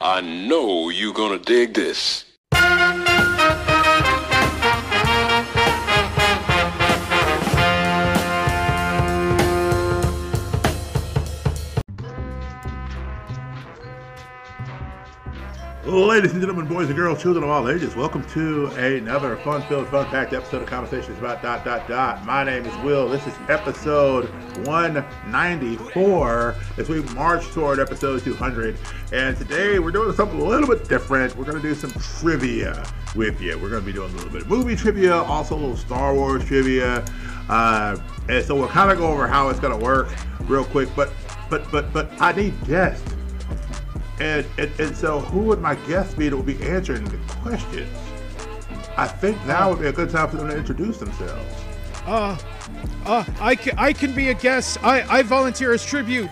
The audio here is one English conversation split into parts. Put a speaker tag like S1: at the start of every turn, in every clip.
S1: I know you gonna dig this.
S2: Ladies and gentlemen, boys and girls, children of all ages, welcome to another fun-filled, fun-packed episode of Conversations about dot dot dot. My name is Will. This is episode 194 as we march toward episode 200. And today we're doing something a little bit different. We're going to do some trivia with you. We're going to be doing a little bit of movie trivia, also a little Star Wars trivia. Uh, and so we'll kind of go over how it's going to work real quick. But but but but I need guests. And, and, and so, who would my guest be that would be answering the questions? I think now would be a good time for them to introduce themselves.
S3: Uh, uh, I can, I can be a guest. I, I volunteer as tribute.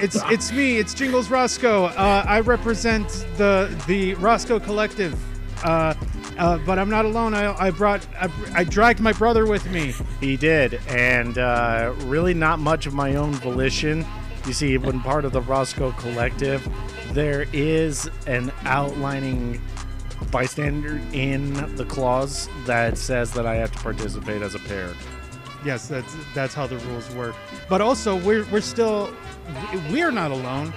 S3: it's it's me. It's Jingles Roscoe. Uh, I represent the the Roscoe Collective. Uh, uh, but I'm not alone. I, I brought I, I dragged my brother with me.
S4: He did, and uh, really not much of my own volition. You see, when part of the Roscoe Collective, there is an outlining bystander in the clause that says that I have to participate as a pair.
S3: Yes, that's that's how the rules work. But also, we're we're still we're not alone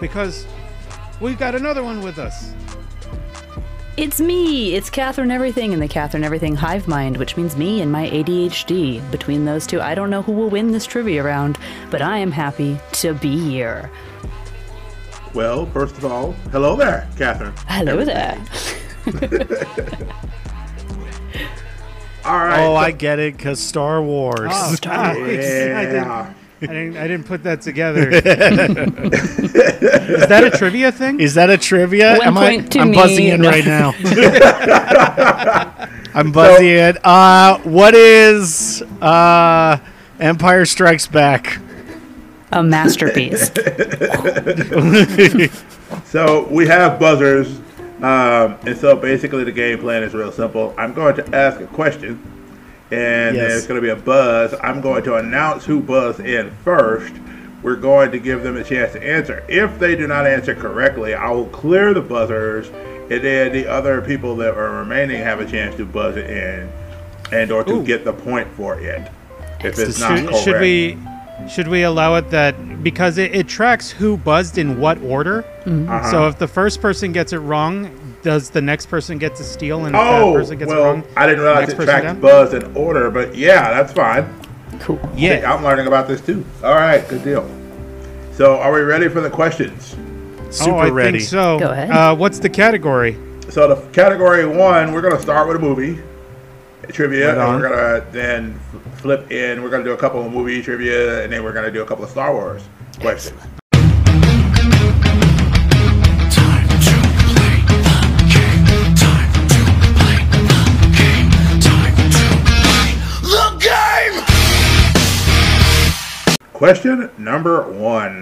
S3: because we've got another one with us.
S5: It's me. It's Catherine Everything and the Catherine Everything Hive Mind, which means me and my ADHD. Between those two, I don't know who will win this trivia round, but I am happy to be here.
S2: Well, first of all, hello there, Catherine.
S5: Hello there.
S2: All right.
S4: Oh,
S2: so-
S4: I get it, because Star Wars.
S3: Oh,
S5: Star
S3: nice. I, didn't,
S2: yeah.
S3: I didn't I didn't put that together. Is that a trivia thing?
S4: Is that a trivia?
S5: One
S4: Am
S5: point to
S4: I? I'm
S5: me.
S4: buzzing in
S5: No.
S4: right now. I'm buzzing in. Uh, what is uh, Empire Strikes Back?
S5: A masterpiece.
S2: So we have buzzers, um, and so basically the game plan is real simple. I'm going to ask a question, and
S4: Yes.
S2: there's going to be a buzz. I'm going to announce who buzzed in first. We're going to give them a chance to answer. If they do not answer correctly, I will clear the buzzers, and then the other people that are remaining have a chance to buzz it in, and or to get the point for it. If it's not
S3: should,
S2: correct,
S3: should we should we allow it that because it, it tracks who buzzed in what order?
S5: Mm-hmm.
S4: Uh-huh.
S3: So if the first person gets it wrong, does the next person get to steal and if
S2: Oh,
S3: that person gets it
S2: well,
S3: wrong?
S2: I didn't
S3: next
S2: realize it
S3: person
S2: tracked
S3: down?
S2: buzz in order, but yeah, that's fine.
S5: cool.
S3: Yeah.
S2: I'm learning about this too. All right, good deal. So, are we ready for the questions?
S4: Super
S3: oh, I
S4: ready.
S3: think so.
S5: Go ahead.
S3: Uh, what's the category?
S2: So, the category one, we're going to start with a movie trivia,
S4: Right
S2: and
S4: on.
S2: we're going to then f- flip in. We're going to do a couple of movie trivia, and then we're going to do a couple of Star Wars questions.
S6: Time to play the game. Time to play the game. Time to play the game.
S2: Question number one.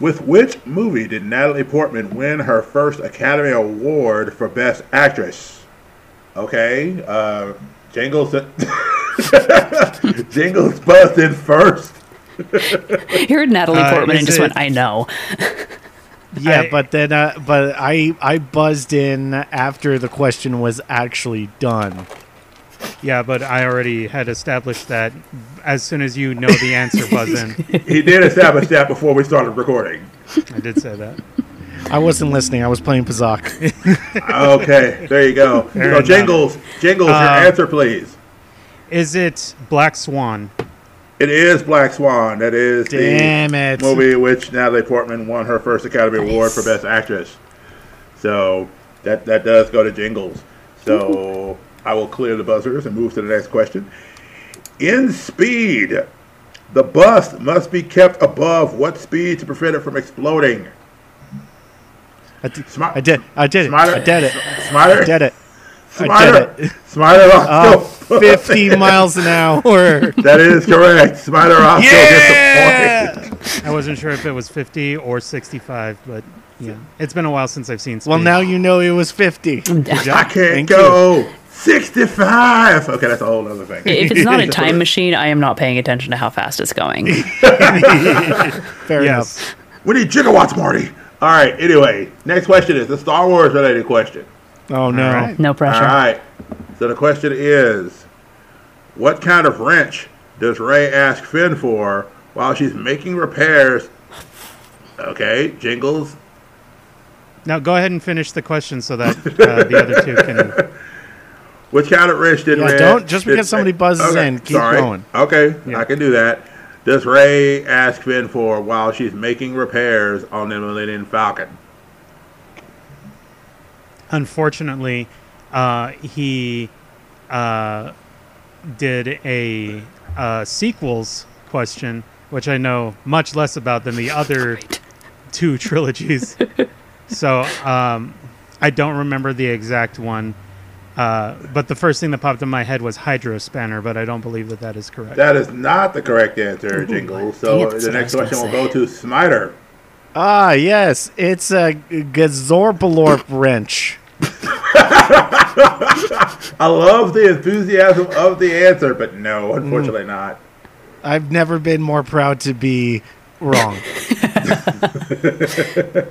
S2: With which movie did Natalie Portman win her first Academy Award for Best Actress? Okay, uh, Jingles, Jingles buzzed in first.
S5: I heard Natalie
S3: Uh,
S5: Portman and
S3: is
S5: just went,
S3: it-
S5: I know.
S4: Yeah,
S3: I-
S4: but then, uh, but I I buzzed in after the question was actually done.
S3: Yeah, but I already had established that as soon as you know the answer, buzz in.
S2: He did establish that before we started recording.
S3: I did say that.
S4: I wasn't listening. I was playing Pazak.
S2: Okay, there you go. so
S3: enough.
S2: Jingles, Jingles, your answer, please.
S3: Is it Black Swan?
S2: It is Black Swan. That is
S4: Damn
S2: the
S4: it.
S2: movie which Natalie Portman won her first Academy Award for
S5: Nice.
S2: Best Actress. So that that does go to Jingles. So I will clear the buzzers and move to the next question. In speed, the bus must be kept above what speed to prevent it from exploding?
S4: I, did-
S2: Smi-
S4: I did. I did it.
S2: Smarter-
S4: I did it.
S2: Smarter,
S4: I did it.
S2: smarter,
S4: did Uh,
S2: smarter. Roscoe.
S4: Fifty miles an hour.
S2: that is correct. Smarter Roscoe gets a point.
S4: Yeah.
S3: I wasn't sure if it was 50 or 65, but yeah, it's been a while since I've seen. Speed.
S4: Well, now you know it was fifty.
S2: I can't
S4: Thank
S2: go. 65. Okay, that's a whole other thing.
S5: If it's not a time machine, I am not paying attention to how fast it's going.
S4: Fair
S3: yes.
S2: We need gigawatts, Marty. All right. Anyway, next question is a Star Wars related question.
S4: Oh no.
S3: right.
S5: No pressure.
S2: All right. So the question is, what kind of wrench does Ray ask Finn for while she's making repairs? Okay, Jingles.
S3: Now go ahead and finish the question so that uh, the other two can.
S2: Which kind of wrench did
S4: Yeah,
S2: Ray?
S4: don't- just
S2: did-
S4: because somebody buzzes
S2: okay,
S4: in, keep
S2: sorry.
S4: going.
S2: Okay,
S3: Yeah.
S2: I can do that. Does Ray ask Finn for while she's making repairs on the Millennium Falcon?
S3: Unfortunately, uh, he uh, did a uh, sequels question, which I know much less about than the other two trilogies. so um, I don't remember the exact one. Uh, but the first thing that popped in my head was hydro spanner, but I don't believe that that is correct.
S2: That is not the correct
S5: Oh
S2: answer, Jingles. So
S5: dang it, that's
S2: the
S5: what I
S2: next
S5: was gonna
S2: question will
S5: say.
S2: go to Smiter.
S4: Ah, yes, it's a Gazorbalorp wrench.
S2: I love the enthusiasm of the answer, but
S5: Mm.
S2: no, unfortunately not.
S4: I've never been more proud to be wrong.
S2: All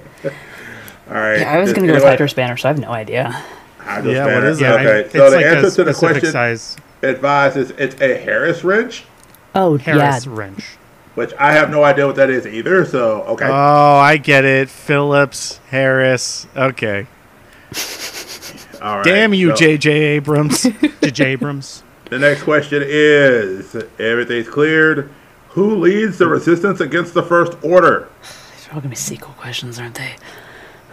S2: right.
S5: I was
S2: just-
S5: gonna go with
S2: anyway,
S5: hydro spanner, so I have no idea.
S2: hydro
S4: Yeah,
S2: spanner.
S4: what is
S3: Yeah,
S4: that?
S3: I-
S2: Okay,
S3: it's
S2: so the
S3: like a
S2: answer to the
S3: specific
S2: question
S3: size
S2: advised is it's a Harris wrench,
S5: Oh
S3: Harris
S5: yeah,
S3: wrench.
S2: which I have no idea what that is either. So okay,
S4: Oh, I get it. Phillips, Harris. Okay.
S2: all right.
S4: Damn you,
S2: so
S4: J.J. Abrams.
S3: J.J. Abrams.
S2: The next question is everything's cleared. Who leads the resistance against the First Order?
S5: these are all gonna be sequel questions, aren't they?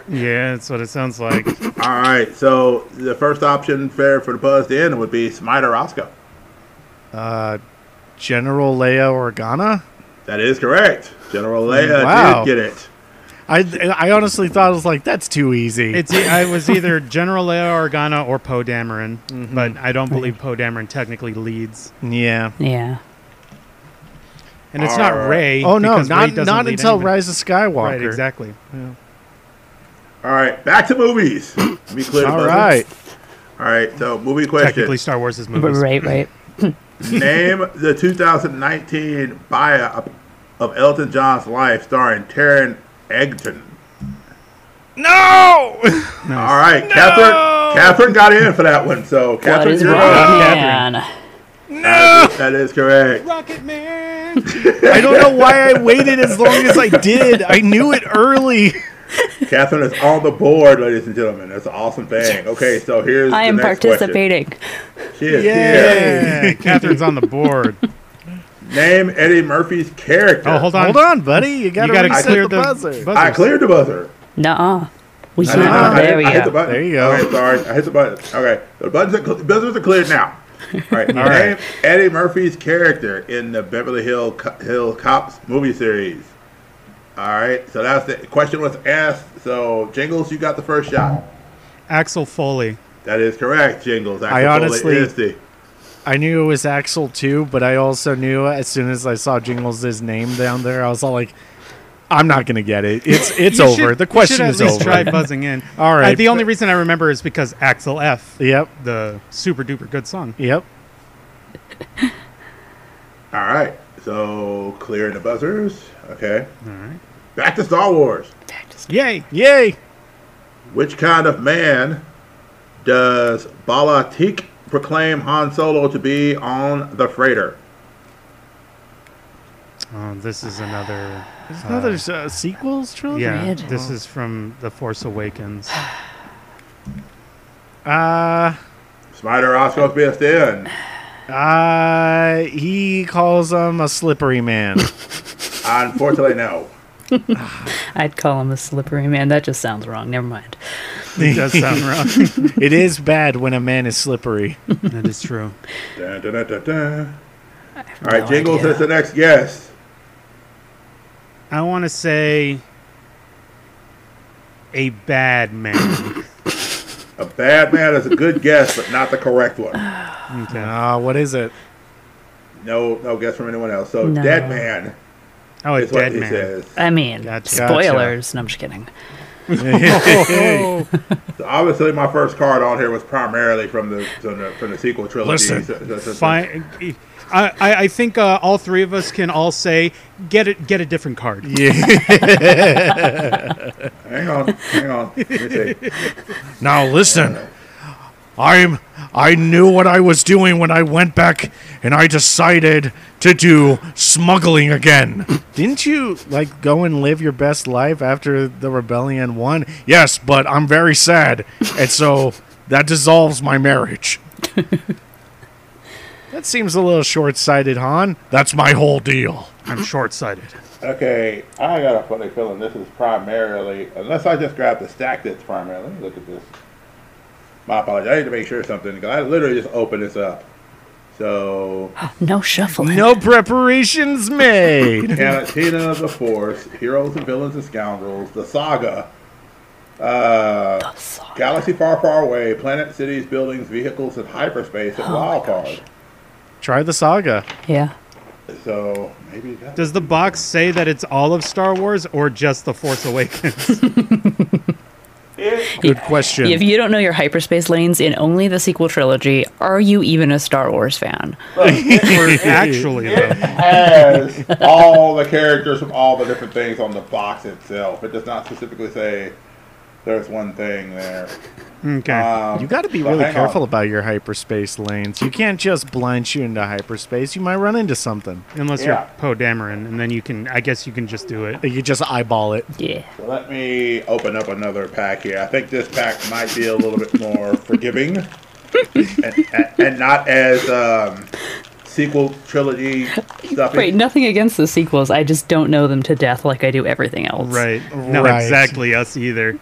S3: Yeah, that's what it sounds like.
S2: All right, so the first option fair for the buzzed in would be Smiter Roscoe.
S4: General Leia Organa?
S2: That is correct. General Leia
S4: Wow.
S2: did get it.
S4: I I honestly thought it was like that's too easy.
S3: It's e- I was either General Leia Organa or Poe Dameron, but I don't believe Poe Dameron technically leads,
S4: yeah.
S5: Yeah.
S3: and it's not
S2: Alright.
S3: Ray.
S4: Oh no,
S3: because Rey
S4: not
S3: doesn't
S4: not
S3: lead
S4: until
S3: anything.
S4: Rise of Skywalker.
S3: Right, exactly.
S2: All right, back to movies. Let me clear the
S4: All
S2: buzzer.
S4: right.
S2: All right, so movie question.
S3: Technically, Star Wars is
S5: But
S3: movies.
S5: right, right.
S2: Name the 2019 biop of Elton John's life starring Taryn Egerton.
S4: No.
S2: All right, Catherine. Catherine got in for that one, so
S5: What
S2: Catherine,
S5: is
S2: you're
S5: wrong,
S2: up.
S5: man?
S2: That is- that is correct.
S3: Rocket Man.
S4: I don't know why I waited as long as I did. I knew it early.
S2: Catherine is on the board, ladies and gentlemen. That's an awesome thing. Okay, so here's
S5: I
S2: the
S5: am
S2: next
S5: participating.
S2: Question. She is here.
S4: Yay.
S3: Yeah, Catherine's on the board.
S2: Name Eddie Murphy's character.
S3: Oh, hold on.
S4: Hold on, buddy. You got
S3: You
S4: to
S3: gotta
S4: reset
S3: clear
S4: the,
S3: the
S4: buzzer.
S3: buzzers.
S2: I cleared the buzzer.
S5: Nuh-uh. We
S2: I didn't-
S5: can't.
S2: I didn't-
S5: There we
S2: I hit the
S5: go.
S2: button.
S4: There you go.
S2: Okay, sorry. I hit the button. Okay. The buttons are, cl- buzzers are cleared now. All right. Name
S3: right.
S2: Eddie Murphy's character in the Beverly Hill, Co- Hill Cops movie series. All right. So that's the question was asked. So, Jingles, you got the first shot.
S3: Axel Foley.
S2: That is correct, Jingles.
S4: I
S2: Axel Foley
S4: honestly-
S2: is the-
S4: I knew it was Axel too, but I also knew as soon as I saw Jingles' name down there, I was all like, "I'm not gonna get it. It's it's
S3: You
S4: over.
S3: should-
S4: the question
S3: you
S4: is
S3: should at least
S4: over."
S3: try buzzing in.
S4: All
S3: Uh,
S4: right.
S3: the only reason I remember is because Axel F.
S4: Yep.
S3: The super duper good song.
S4: Yep.
S2: All right. So, clearing the buzzers. Okay. All right. Back to Star Wars.
S3: Yay!
S4: Yay.
S2: Which kind of man does Balatik proclaim Han Solo to be on the freighter?
S3: Oh, this is another.
S4: There's no there's uh, sequels trilogy.
S3: Yeah,
S5: Red.
S3: this is from The Force Awakens.
S4: Uh,
S2: Spider Oscar's best in.
S4: uh, he calls him a slippery man.
S2: Unfortunately, no.
S5: I'd call him a slippery man. That just sounds wrong. Never mind.
S3: It does sound wrong.
S4: it is bad when a man is slippery.
S3: that is true.
S2: Dun, dun, dun, dun, dun. All right, Jingles
S5: idea.
S2: is the next guest.
S3: I want to say a bad man.
S2: A bad man is a good guess, but not the correct one.
S3: Okay.
S4: Uh, what is it?
S2: No, no guess from anyone else. So,
S5: No.
S2: dead man
S3: Oh, a
S2: is what
S3: dead
S2: he
S3: man.
S2: says.
S5: I mean,
S4: Gotcha.
S5: spoilers. No, I'm just kidding.
S3: Oh.
S2: So obviously, my first card on here was primarily from the from the, from the sequel trilogy.
S4: Listen,
S2: So- so- so- so-
S3: Fine. I, I, I think uh, all three of us can all say get it get a different card.
S2: Hang on, hang on. Let me see.
S4: Now listen, I'm I knew what I was doing when I went back and I decided to do smuggling again. Didn't you like go and live your best life after the rebellion won? Yes, but I'm very sad, and so that dissolves my marriage. that seems a little short-sighted, Han. That's my whole deal.
S3: I'm short sighted.
S2: Okay, I got a funny feeling this is primarily, unless I just grabbed the stack that's primarily. Let me look at this. My apologies. I need to make sure of something. 'cause I literally just opened this up. So,
S5: No shuffling.
S4: No preparations made.
S2: Cantina of the Force, Heroes and Villains and Scoundrels, The Saga, uh, Galaxy Far, Far Away, Planet Cities, Buildings, Vehicles, and Hyperspace, and Wild Card.
S4: Try the saga.
S5: Yeah.
S2: So, maybe that.
S3: Does the box say that it's all of Star Wars or just the Force Awakens?
S4: Good question.
S5: If you don't know your hyperspace lanes in only the sequel trilogy, are you even a Star Wars fan?
S3: or actually,
S2: It
S3: though,
S2: has all the characters from all the different things on the box itself. It does not specifically say there's one thing there.
S3: okay.
S2: Um,
S4: You got to be
S2: but
S4: really
S2: hang on.
S4: careful about your hyperspace lanes. You can't just blind shoot into hyperspace. You might run into something.
S3: Unless
S2: yeah.
S3: you're Poe Dameron, and then you can. I guess you can just do it.
S4: You just eyeball it.
S5: Yeah.
S2: So Let me open up another pack here. I think this pack might be a little bit more forgiving and, and, and not as um, sequel trilogy stuff.
S5: Wait, nothing against the sequels. I just don't know them to death like I do everything else.
S3: Right. Not
S4: Right.
S3: exactly us either.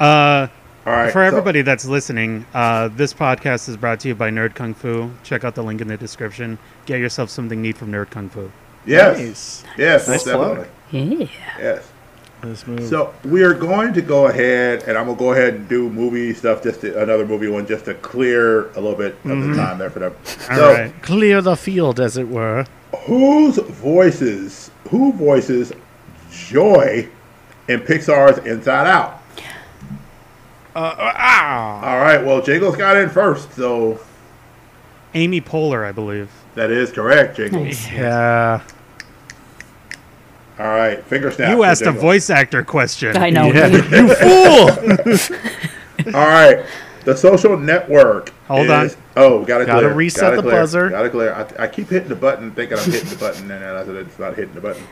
S2: All right,
S3: For
S2: so-
S3: everybody that's listening, uh, this podcast is brought to you by Nerd Kung Fu. Check out the link in the description. Get yourself something neat from Nerd Kung Fu.
S2: yes,
S4: Nice.
S2: yes,
S4: Nice
S2: most definitely.
S4: plug.
S5: Yeah.
S2: Yes.
S4: This move.
S2: So we are going to go ahead, and I'm gonna go ahead and do movie stuff, just to, another movie one, just to clear a little bit of the time there for them.
S3: Mm-hmm. All right.
S2: so,
S4: Clear the field, as it were.
S2: whose voices? Who voices Joy in Pixar's Inside Out?
S3: Uh,
S4: Ah,
S2: All right. Well, Jingles got in first, so
S3: Amy Poehler, I believe.
S2: that is correct, Jingles.
S4: yeah.
S2: All right. Finger snap.
S3: you
S2: for
S3: asked a
S2: Jingles.
S3: voice actor question.
S5: I know.
S4: Yeah. you fool!
S2: All right. The Social Network.
S3: Hold on.
S2: is- Oh, got to
S4: Gotta reset
S2: gotta
S4: the
S2: clear,
S4: buzzer.
S2: Got to clear. I, I keep hitting the button, thinking I'm hitting the button, and then I said it's not hitting the button.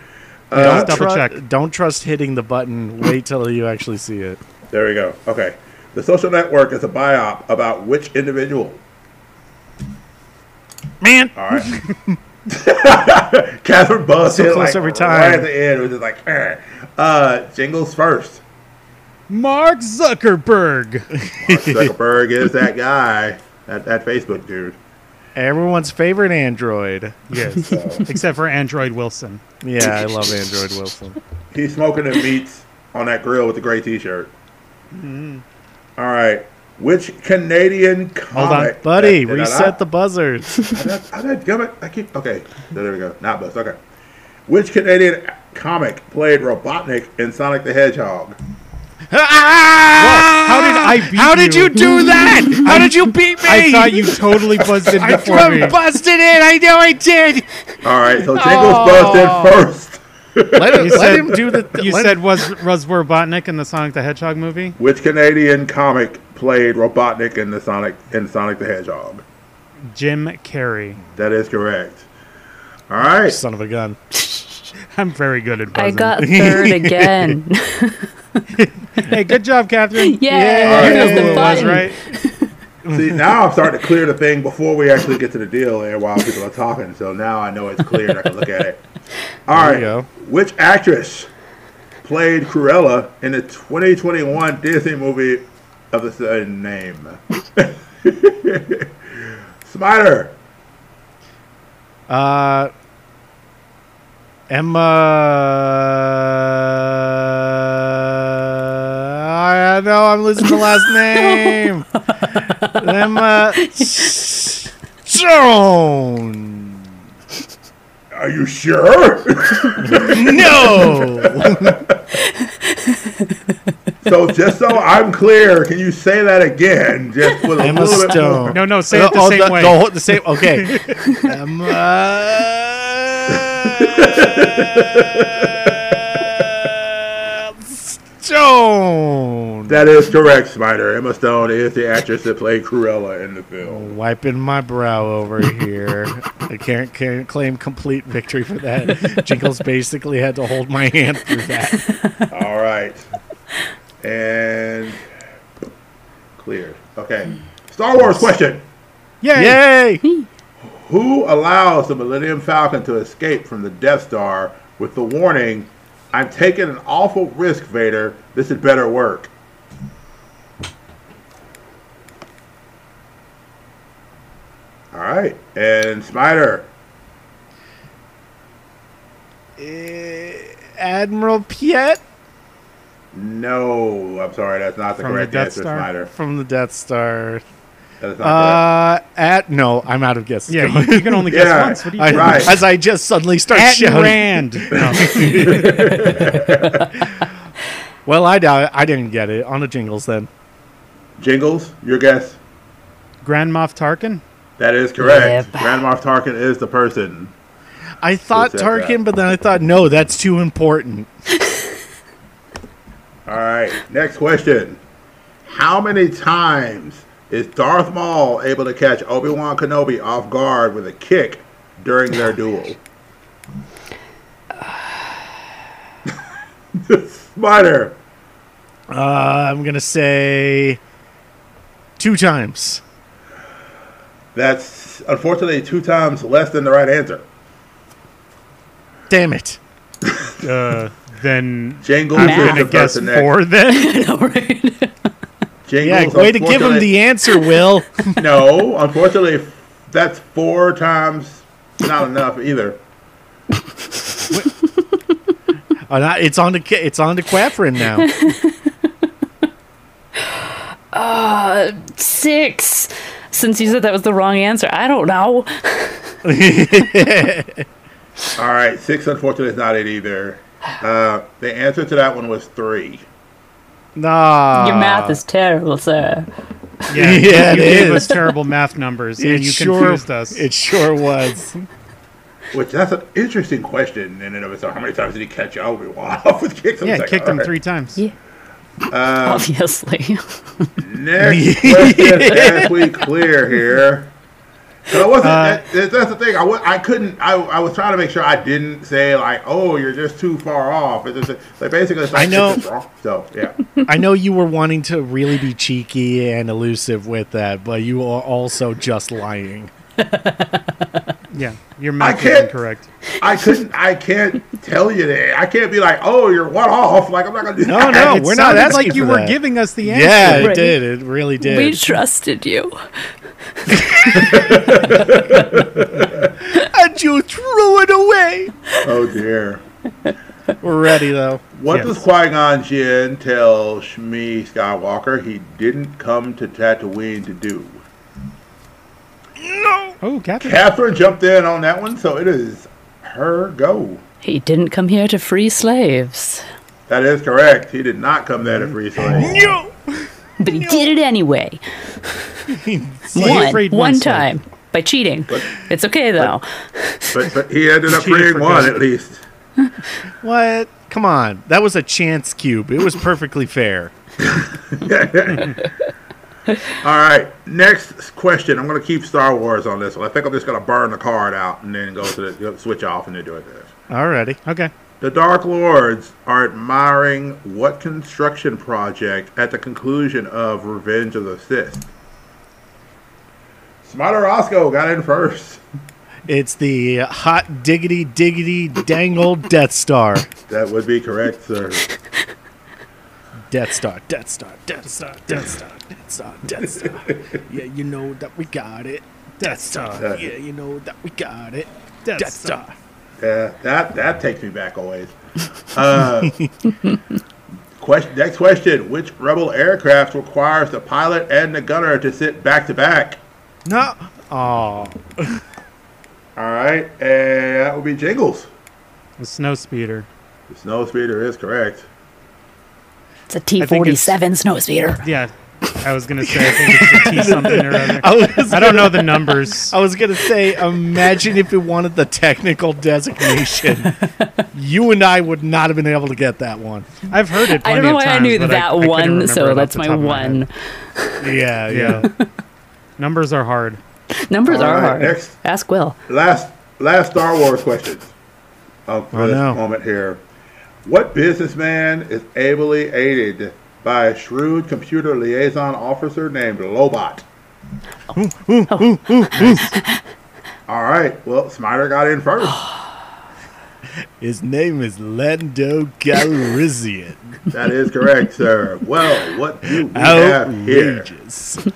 S4: Don't,
S3: double
S4: tru-
S3: check.
S4: don't trust hitting the button. Wait till you actually see it.
S2: There we go. Okay. The Social Network is a biop about which individual?
S4: Man,
S2: All right. Catherine Buzz
S4: So
S2: hit,
S4: close
S2: like,
S4: every time.
S2: Right at the end, it was just like, eh. uh, jingles first.
S3: Mark Zuckerberg.
S2: Mark Zuckerberg is that guy, that, that Facebook dude.
S4: everyone's favorite Android.
S3: yes. Except for Android Wilson.
S4: Yeah, I love Android Wilson.
S2: He's smoking the meats on that grill with the gray T-shirt.
S4: Mm-hmm.
S2: All right. Which Canadian
S3: on,
S2: comic?
S4: Buddy, reset the buzzer.
S2: I did gum it. I keep okay. So there we go. Not bust. Okay. Which Canadian comic played Robotnik in Sonic the Hedgehog?
S3: How did I beat
S4: Ah! How did you do that? How did you beat me?
S3: I thought you totally buzzed in
S4: I
S3: before me.
S4: busted it. I know I did.
S2: All right, so Jingles
S4: Oh.
S2: busted first.
S4: Let him,
S3: You
S4: let
S3: said-
S4: him do the.
S3: You
S4: let-
S3: said was was Robotnik in the Sonic the Hedgehog movie?
S2: Which Canadian comic played Robotnik in the Sonic in Sonic the Hedgehog?
S3: Jim Carrey.
S2: That is correct. All right.
S4: son of a gun.
S3: I'm very good at buzzing.
S5: I got third again.
S3: hey, good job, Catherine.
S5: Yay!
S3: You
S5: Press
S3: knew
S5: the
S3: who it was,
S5: button.
S3: right?
S2: See, now I'm starting to clear the thing before we actually get to the deal there while people are talking. So now I know it's cleared. I can look at it. All
S4: There
S2: right.
S4: you go.
S2: Which actress played Cruella in the 2021 Disney movie of the same name? Smiter.
S4: Uh, Emma. I know I'm losing the last name. Emma Stone.
S2: Are you sure?
S4: No.
S2: So just so I'm clear, can you say that again? Just with a
S4: Emma
S2: little bit more-
S4: Stone.
S3: No, no, say it the
S4: Oh,
S3: same way.
S4: The, whole- the same. Okay. Emma Stone.
S2: That is correct, Spider. Emma Stone is the actress that played Cruella in the film.
S4: Wiping my brow over here. I can't, can't claim complete victory for that. Jingles basically had to hold my hand through that.
S2: All right. And cleared. Okay. Star Wars question.
S4: Yay!
S2: Who allows the Millennium Falcon to escape from the Death Star with the warning, I'm taking an awful risk, Vader. This had better work. All right. And Spider.
S4: Eh, Admiral Piet
S2: No, I'm sorry. That's not the
S3: From the
S2: correct
S3: Death
S2: answer,
S3: Star?
S2: Snyder.
S4: from the Death Star.
S2: That is not
S4: Uh, at no, I'm out of guesses.
S3: Yeah,
S4: Go
S3: you, you can only guess
S2: Yeah,
S3: once. What are you
S4: I,
S3: doing?
S2: Right.
S4: As I just suddenly start
S3: At
S4: shouting.
S3: Rand. No.
S4: Well, I doubt it. I didn't get it on the jingles then.
S2: correct. Jingles, your guess.
S3: Grand Moff Tarkin.
S2: That is correct.
S5: Yep.
S2: Grand Moff Tarkin is the person.
S4: I thought
S2: Who said that?
S4: Tarkin, but then I thought, no, that's too important.
S2: All right. Next question. How many times is Darth Maul able to catch Obi Wan Kenobi off guard with a kick during their duel? Spider.
S4: Uh, I'm gonna say two times.
S2: That's unfortunately two times less than the right answer.
S4: Damn it!
S3: Uh, then
S2: Jingles
S5: I'm
S2: is
S5: gonna
S2: the
S3: I guess
S2: person next.
S3: four. Then
S5: I know, right?
S4: Yeah,
S2: Jingles,
S4: way to give him
S2: unfortunately-
S4: the answer, Will.
S2: No, unfortunately, that's four times not enough either.
S4: Uh, no, it's on to Ca- it's on to Quafrin now.
S5: Six. Since you said that was the wrong answer, I don't know.
S2: All right, six unfortunately is not it either. Uh, the answer to that one was three.
S4: Nah,
S3: Uh,
S5: Your math is terrible, sir.
S3: yeah, you
S4: Yeah, it
S3: gave
S4: is.
S3: us terrible math numbers
S4: It
S3: and you
S4: sure-
S3: confused us.
S4: It sure was.
S2: Which that's an interesting question in and of itself. How many times did he catch Obi Wan off with kicks? I was
S3: yeah,
S2: like,
S3: kicked
S2: all
S3: him
S2: right.
S3: three times.
S5: Yeah.
S3: uh,
S5: Obviously.
S2: Next question, as we clear here. So I wasn't.
S4: Uh,
S2: that- that, that's the thing. I w- I couldn't. I, I was trying to make sure I didn't say like, "Oh, you're just too far off." It's just like basically, it's like,
S4: I know.
S2: it's just wrong. So yeah.
S4: I know you were wanting to really be cheeky and elusive with that, but you are also just lying.
S3: Yeah, your math is
S2: can't-
S3: incorrect.
S2: I couldn't. I can't tell you that. I can't be like, oh, you're one off. Like I'm not gonna do
S4: No,
S2: that.
S4: Oh, no,
S3: It
S4: we're not
S3: sounded
S4: asking
S3: like you
S4: for
S3: were
S4: that.
S3: giving us the answer.
S4: Yeah, it
S5: Right.
S4: did. It really did.
S5: we trusted you.
S4: and you threw it away.
S2: Oh dear.
S4: We're ready though.
S2: What
S3: Yes.
S2: does Qui Gon Jinn tell Shmi Skywalker he didn't come to Tatooine to do?
S3: Oh, Captain.
S2: Catherine jumped in on that one, so it is her go.
S5: He didn't come here to free slaves.
S2: That is correct. He did not come there to free slaves.
S4: You.
S5: But he did it anyway.
S3: he
S5: One,
S3: freed one
S5: one
S3: slave.
S5: time. By cheating. it's okay, though.
S2: But, but he ended up
S3: Cheated
S2: freeing
S3: for
S2: one
S3: good.
S2: at least.
S4: What? Come on. That was a chance cube. It was perfectly fair.
S2: All right, next question. I'm going to keep Star Wars on this one. I think I'm just going to burn the card out and then go to the switch off and then do it.
S4: Alrighty.
S3: Okay.
S2: The Dark Lords are admiring what construction project at the conclusion of Revenge of the Sith? Smarter Roscoe got in first.
S4: It's the hot diggity diggity dangle Death Star.
S2: That would be correct, sir.
S4: Death Star. Death Star. Death Star. Death Star. Death Star. Death Star. Yeah, you know that we got it. Death Star. Yeah, you know that we got it.
S3: Death
S4: Death
S3: Star.
S4: Star.
S2: Yeah, Uh, that that takes me back a ways. Uh, question, next question: Which Rebel aircraft requires the pilot and the gunner to sit back to back?
S4: No. Oh.
S2: All right, and that would be Jingles.
S3: The snow speeder.
S2: The snow speeder is correct.
S5: It's a T
S3: think
S5: forty
S3: it's-
S5: seven snowspeeder.
S3: Yeah, I was gonna say I think it's a T something or other.
S4: I was
S3: I don't know the numbers.
S4: I was gonna say, imagine if it wanted the technical designation. you and I would not have been able to get that one.
S3: I've heard it. plenty
S5: I don't know
S3: of
S5: why I
S3: times,
S5: knew
S3: but
S5: that
S3: couldn't
S5: one,
S3: remember it
S5: so
S3: off
S5: that's
S3: the
S5: my
S3: top of
S5: one.
S3: head.
S4: Yeah, yeah.
S3: Yeah, numbers are hard.
S5: Numbers
S2: All
S5: are
S2: right,
S5: hard.
S2: next.
S5: Ask Will.
S2: Last last Star Wars questions of
S4: Oh,
S2: this
S4: no.
S2: moment here. What businessman is ably aided by a shrewd computer liaison officer named Lobot? All right. Well, Snyder got in first.
S4: His name is Lando Calrissian.
S2: That is correct, sir. Well, what do we
S4: Oh,
S2: have here?
S4: Outrageous.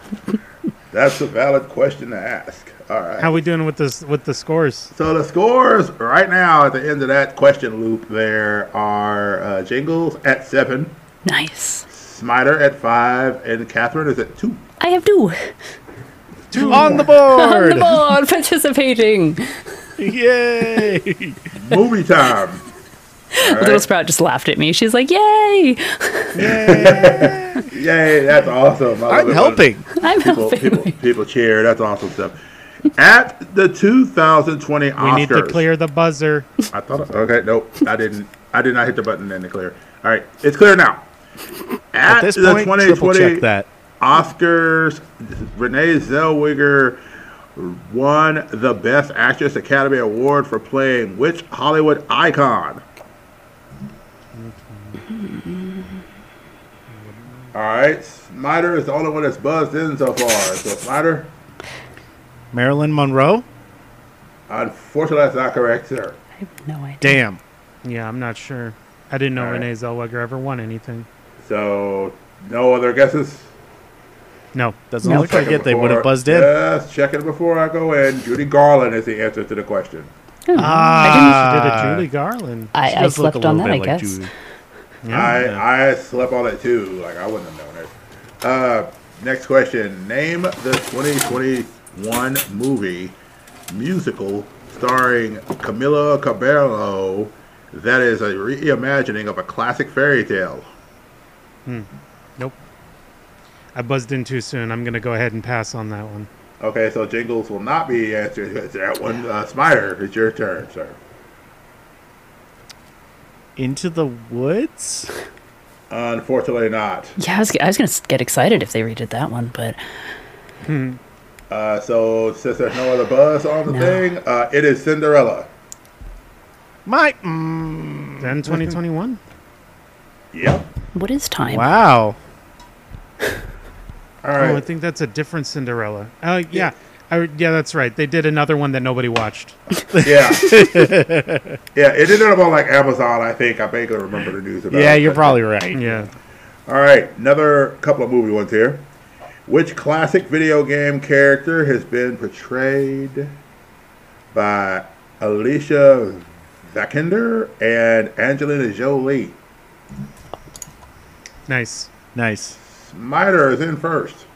S2: That's a valid question to ask. All right.
S3: How we doing with this with the scores?
S2: So the scores right now at the end of that question loop there are uh, Jingles at seven,
S5: Nice.
S2: Smiter at five, and Catherine is at two.
S5: I have two
S4: On the board.
S5: on the board participating.
S4: Yay.
S2: Movie time. All
S5: Little
S2: right.
S5: Sprout just laughed at me. She's like, "Yay!
S2: Yay, that's awesome. I love it
S4: I'm
S2: when
S4: helping.
S5: I'm
S2: People,
S5: helping."
S2: people, people cheer. That's awesome stuff. At the 2020 Oscars.
S3: We need to clear the buzzer.
S2: I thought. Okay, nope. I didn't. I did not hit the button in the clear. All right, it's clear now. At,
S4: At this
S2: the
S4: point, triple
S2: 2020
S4: check that.
S2: Oscars, Renee Zellweger won the Best Actress Academy Award for playing which Hollywood icon? All right, Snyder is the only one that's buzzed in so far. So Snyder,
S4: Marilyn Monroe?
S2: unfortunately, that's not correct, sir.
S5: I have no idea.
S4: Damn.
S3: Yeah, I'm not sure. I didn't know
S2: All right.
S3: Renee Zellweger ever won anything.
S2: So no other guesses.
S3: No,
S4: Doesn't
S5: No.
S4: look like it. They would have
S2: Before-
S4: buzzed in.
S2: Yes, checking before I go in. Judy Garland is the answer to the question.
S5: Hmm.
S3: she did
S4: Ah,
S3: a Julie Garland.
S5: I,
S4: she
S5: I
S4: does look
S5: slept
S4: a
S5: on
S4: little
S5: that, I
S4: bit like
S5: guess.
S4: Julie.
S2: I I slept on it too. Like I wouldn't have known it. Uh, next question. Name the 2021 movie musical starring Camila Cabello that is a reimagining of a classic fairy tale.
S3: Nope. I buzzed in too soon. I'm gonna go ahead and pass on that one.
S2: Okay, so Jingles will not be answering that one. Uh, Smiter, it's your turn, sir.
S4: Into the Woods?
S2: Unfortunately, not.
S5: Yeah, I was, I was gonna s- get excited if they redid that one, but
S2: Uh, so since there's no other buzz on the
S5: No.
S2: thing, uh, it is Cinderella.
S4: My. Mm,
S3: Then 2021.
S2: Yep.
S5: what is time?
S4: wow.
S2: All
S3: Oh, I
S2: right.
S3: think that's a different Cinderella. Oh yeah, I, yeah, that's right. They did another one that nobody watched.
S2: yeah. yeah. It ended up on like Amazon, I think. I vaguely remember the news about.
S4: Yeah,
S2: it.
S4: you're probably right.
S3: Yeah,
S2: All right. Another couple of movie ones here. Which classic video game character has been portrayed by Alicia Vikander and Angelina Jolie?
S3: nice.
S4: Nice.
S2: Smiter is in first.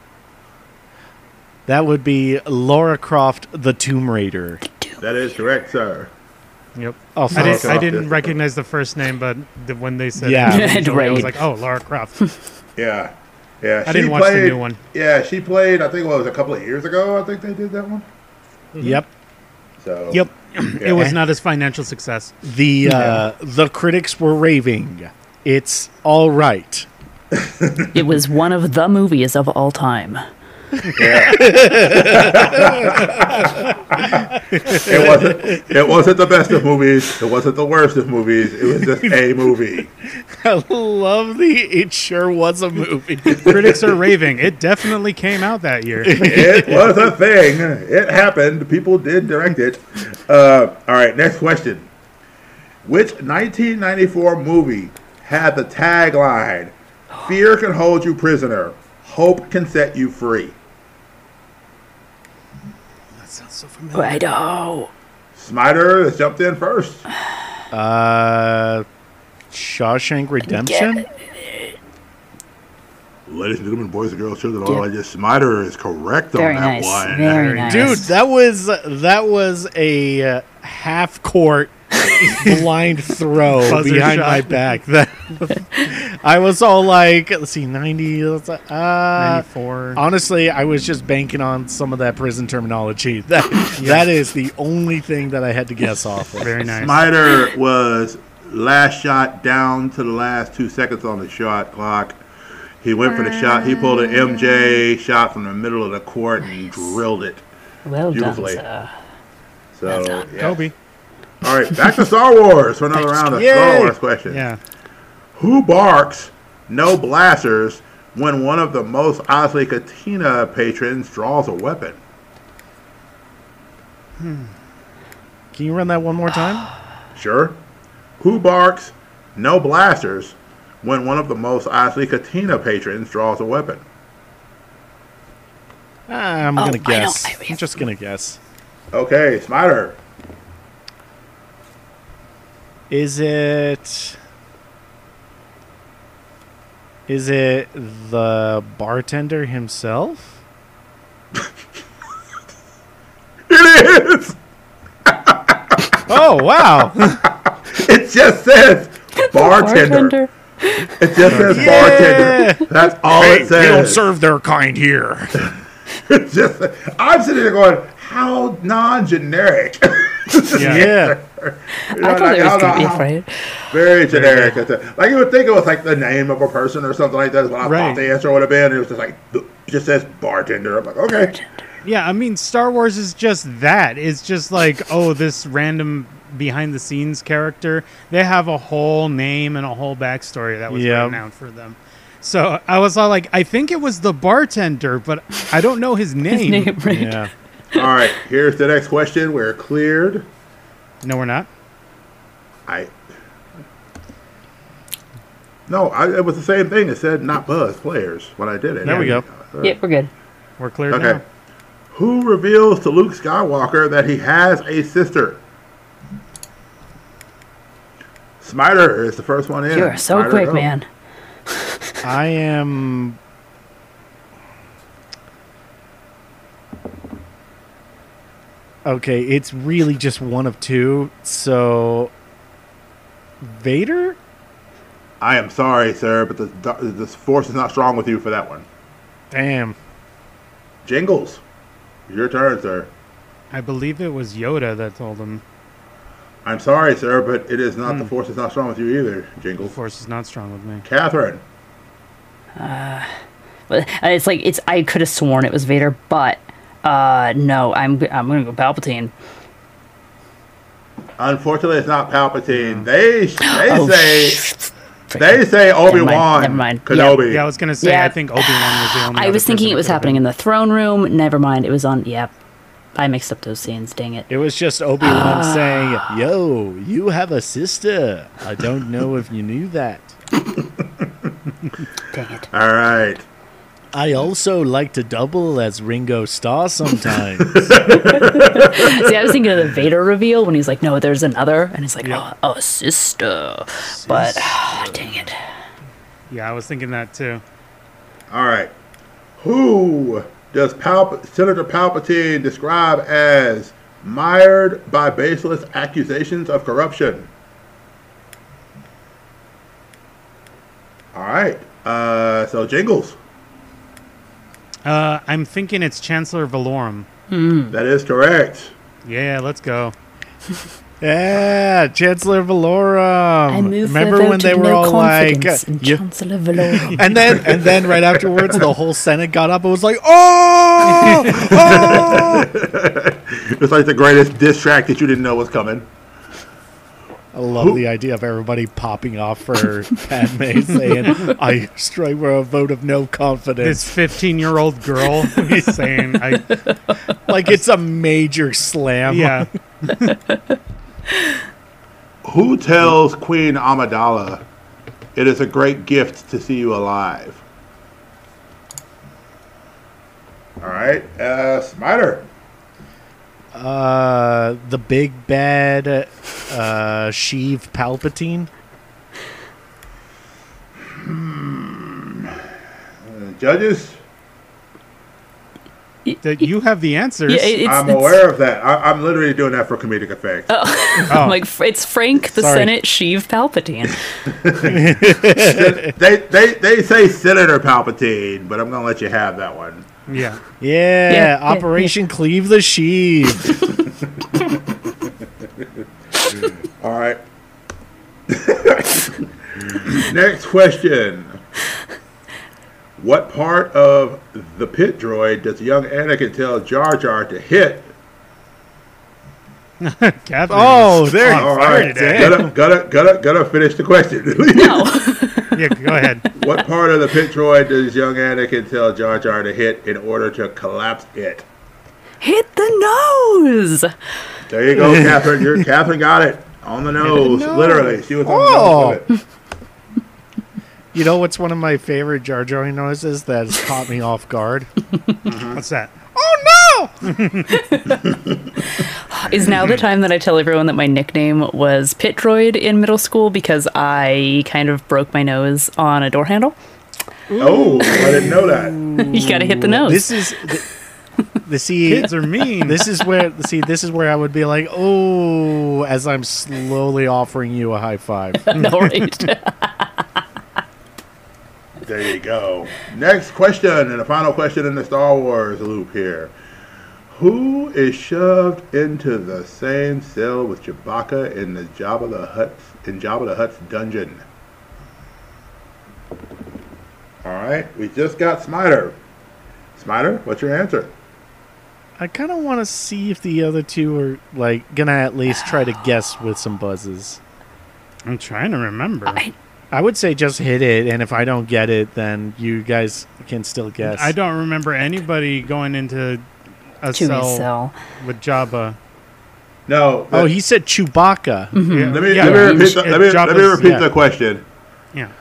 S4: That would be Laura Croft, the Tomb Raider.
S2: That is correct, sir.
S3: Yep.
S4: Oh,
S3: I, did,
S4: fuck.
S2: Croft
S3: I
S2: is
S3: didn't
S2: the-
S3: recognize the first name, but the, when they said
S4: Yeah.
S3: Angelina Jolie, I was
S5: Right.
S3: like, oh, Laura Croft.
S2: Yeah. Yeah,
S3: I didn't watch the new one.
S2: Yeah, she played. I think what, it was a couple of years ago. I think they did that one.
S4: Yep.
S2: So
S3: yep.
S2: Yeah.
S3: It was not his financial success.
S4: The uh, the critics were raving. It's all right.
S5: It was one of the movies of all time.
S2: it wasn't. It wasn't the best of movies. It wasn't the worst of movies. It was just a movie.
S4: I love the. It sure was a movie.
S3: Critics are raving. It definitely came out that year.
S2: It was a thing. It happened. People did direct it. Uh, all right. Next question. Which 1994 movie had the tagline "Fear can hold you prisoner, hope can set you free"?
S3: that sounds so familiar.
S5: I know.
S2: Smiter has jumped in first.
S4: Uh, Shawshank Redemption.
S2: Ladies and gentlemen, boys and girls, children,
S5: Yeah.
S2: all I just Smiter is correct
S5: Very
S2: on that
S5: nice.
S2: one.
S5: Very nice.
S4: Dude, that was that was a uh, half court blind throw
S3: Buzzer
S4: behind
S3: shot.
S4: my back. That I was all like, let's see, 90, let's, uh,
S3: 94.
S4: Honestly, I was just banking on some of that prison terminology. That, that is the only thing that I had to guess off of.
S3: Very nice.
S2: Snyder was last shot down to the last two seconds on the shot clock. He went for the shot. He pulled an MJ shot from the middle of the court and drilled it.
S5: Well done,
S2: Beautifully.
S5: sir.
S2: So, yeah.
S3: Kobe.
S2: All right, back to Star Wars for another round of Star
S4: Yay!
S2: Wars questions.
S3: Yeah.
S2: Who barks no blasters when one of the most Osley Katina patrons draws a weapon?
S4: Can you run that one more time?
S2: Sure. Who barks no blasters when one of the most Osley Katina patrons draws a weapon?
S4: Ah, I'm going to
S5: Oh, I don't-
S4: guess.
S5: I-
S4: I'm just going to guess.
S2: Okay, Snyder.
S4: Is it. Is it the bartender himself?
S2: It is.
S4: Oh, wow.
S2: It just says bartender.
S5: Bartender.
S2: It just says
S4: Yeah.
S2: bartender. That's all it says.
S4: serve their kind here.
S2: It just, I'm sitting there going, how non-generic.
S3: Yeah.
S4: Yeah.
S5: I thought it was going to be afraid.
S2: Very generic. That's it. Like you would think it was like the name of a person or something like that. Is what I
S3: Right.
S2: thought the answer would have been. It was just like it just says bartender. I'm like, okay,
S3: Yeah, I mean, Star Wars is just that. It's just like, oh, this random behind the scenes character. They have a whole name and a whole backstory that was
S4: Yeah.
S3: written out for them. So I was all like, I think it was the bartender, but I don't know his name.
S5: His name, right?
S4: Yeah.
S2: all right. Here's the next question. We're cleared.
S3: No, we're not.
S2: I. No, I, it was the same thing. It said not buzz players when I did it.
S4: There we go.
S5: Yeah, we're good.
S3: We're clear
S2: Okay.
S3: now.
S2: Who reveals to Luke Skywalker that he has a sister? Smiter is the first one in.
S5: You're so
S2: Smiter, oh.
S5: quick,
S2: go.
S5: man.
S4: I am. Okay, it's really just one of two. So, Vader.
S2: I am sorry, sir, but the, the, the force is not strong with you for that one.
S4: Damn.
S2: Jingles, your turn, sir.
S3: I believe it was Yoda that told him
S2: I'm sorry, sir, but it is not
S4: Hmm.
S2: the force is not strong with you either,
S3: the
S2: Jingles.
S3: force is not strong with me.
S2: Catherine,
S5: But uh, it's like it's. I could have sworn it was Vader, but uh, no. I'm g- I'm gonna go Palpatine.
S2: unfortunately, it's not Palpatine. They they
S5: Mm. Oh,
S2: say
S5: sh-
S2: they say Obi Wan
S5: never mind. Yeah.
S2: Kenobi.
S3: Yeah, I was gonna say
S5: Yeah.
S3: I think Obi Wan was the only.
S5: I
S3: other
S5: was thinking
S3: person
S5: it was
S3: could have
S5: happening
S3: been.
S5: in the throne room. Never mind. It was on. Yep. I mixed up those scenes. Dang it.
S4: It was just Obi Wan saying, "Yo, you have a sister. I don't know if you knew that.
S5: Dang it.
S2: All right,
S4: I also like to double as Ringo Starr sometimes."
S5: See, I was thinking of the Vader reveal when he's like, "No, there's another," and he's like, "Oh, a sister." But ah, dang it.
S3: Yeah, I was thinking that too.
S2: all right. Who does Palp- Senator Palpatine describe as mired by baseless accusations of corruption? All right. Uh, so Jingles.
S3: Uh, I'm thinking it's Chancellor Valorum.
S5: Hmm.
S2: That is correct.
S3: Yeah, let's go.
S4: yeah, Chancellor Valorum. Mm, Remember when they were all like, "You
S5: Chancellor Valor.
S4: And then and then right afterwards, the whole Senate got up and was like, "Oh, oh!"
S2: It's like the greatest diss track that you didn't know was coming.
S4: I love the idea of everybody popping off for Padme saying, "I strike for a vote of no confidence."
S3: This 15 year old girl is saying, I,
S4: like it's a major slam.
S3: "Yeah,
S2: Who tells Queen Amidala it is a great gift to see you alive? All right, uh, Smiter.
S4: Uh, the big bad, uh, Sheev Palpatine.
S2: Uh, judges,
S3: that you have the answers.
S5: Yeah, it- it's,
S2: I'm
S5: it's-
S2: aware of that. I, I'm literally doing that for comedic effect.
S3: Oh,
S5: I'm like "Fr- it's Frank the
S4: Sorry.
S5: Senate Sheev Palpatine.
S2: They, they they say Senator Palpatine, but I'm gonna let you have that one.
S3: yeah.
S4: Yeah,
S5: Yeah, yeah,
S4: Operation Cleave the Sheath.
S2: All right. Next question. What part of the pit droid does young Anakin tell Jar Jar to hit?
S3: Catherine.
S4: oh, there you
S2: All
S4: fire
S2: right,
S4: it at.
S2: gotta gotta gotta gotta finish the question.
S5: No,
S3: yeah. Go ahead.
S2: what part of the pit droid does young Anakin tell Jar Jar to hit in order to collapse it?
S5: hit the nose.
S2: There you go, Catherine. You're, Catherine got it on the nose,
S4: nose.
S2: literally. She was on
S4: Oh.
S2: the nose with it.
S4: You know what's one of my favorite Jar Jar noises that has caught me off guard?
S3: What's that?
S4: oh no!
S5: Is now the time that I tell everyone that my nickname was Pit Droid in middle school because I kind of broke my nose on a door handle.
S2: Oh, I didn't know that.
S5: You gotta hit the nose.
S4: This is the, the see.
S3: Kids are mean.
S4: This is where see. This is where I would be like, oh, as I'm slowly offering you a high five.
S5: no, right?
S2: There you go. Next question, and the final question in the Star Wars loop here. Who is shoved into the same cell with Chewbacca in the Jabba the Hutt in Jabba the Hutt's dungeon? All right, we just got Smiter. Smiter, what's your answer?
S4: I kind of want to see if the other two are like gonna at least try to guess with some buzzes.
S3: I'm trying to remember. I,
S4: I would say just hit it, and if I don't get it, then you guys can still guess.
S3: don't remember anybody going into a
S5: To
S3: cell,
S5: his cell.
S3: with Jabba.
S2: No.
S4: Oh, he said Chewbacca.
S5: Mm-hmm.
S2: let me,
S3: Yeah,
S2: let me
S3: yeah,
S2: repeat, the,
S3: and
S2: let me, let me
S3: Jabba's-
S2: repeat
S4: yeah.
S2: the question.
S3: Yeah.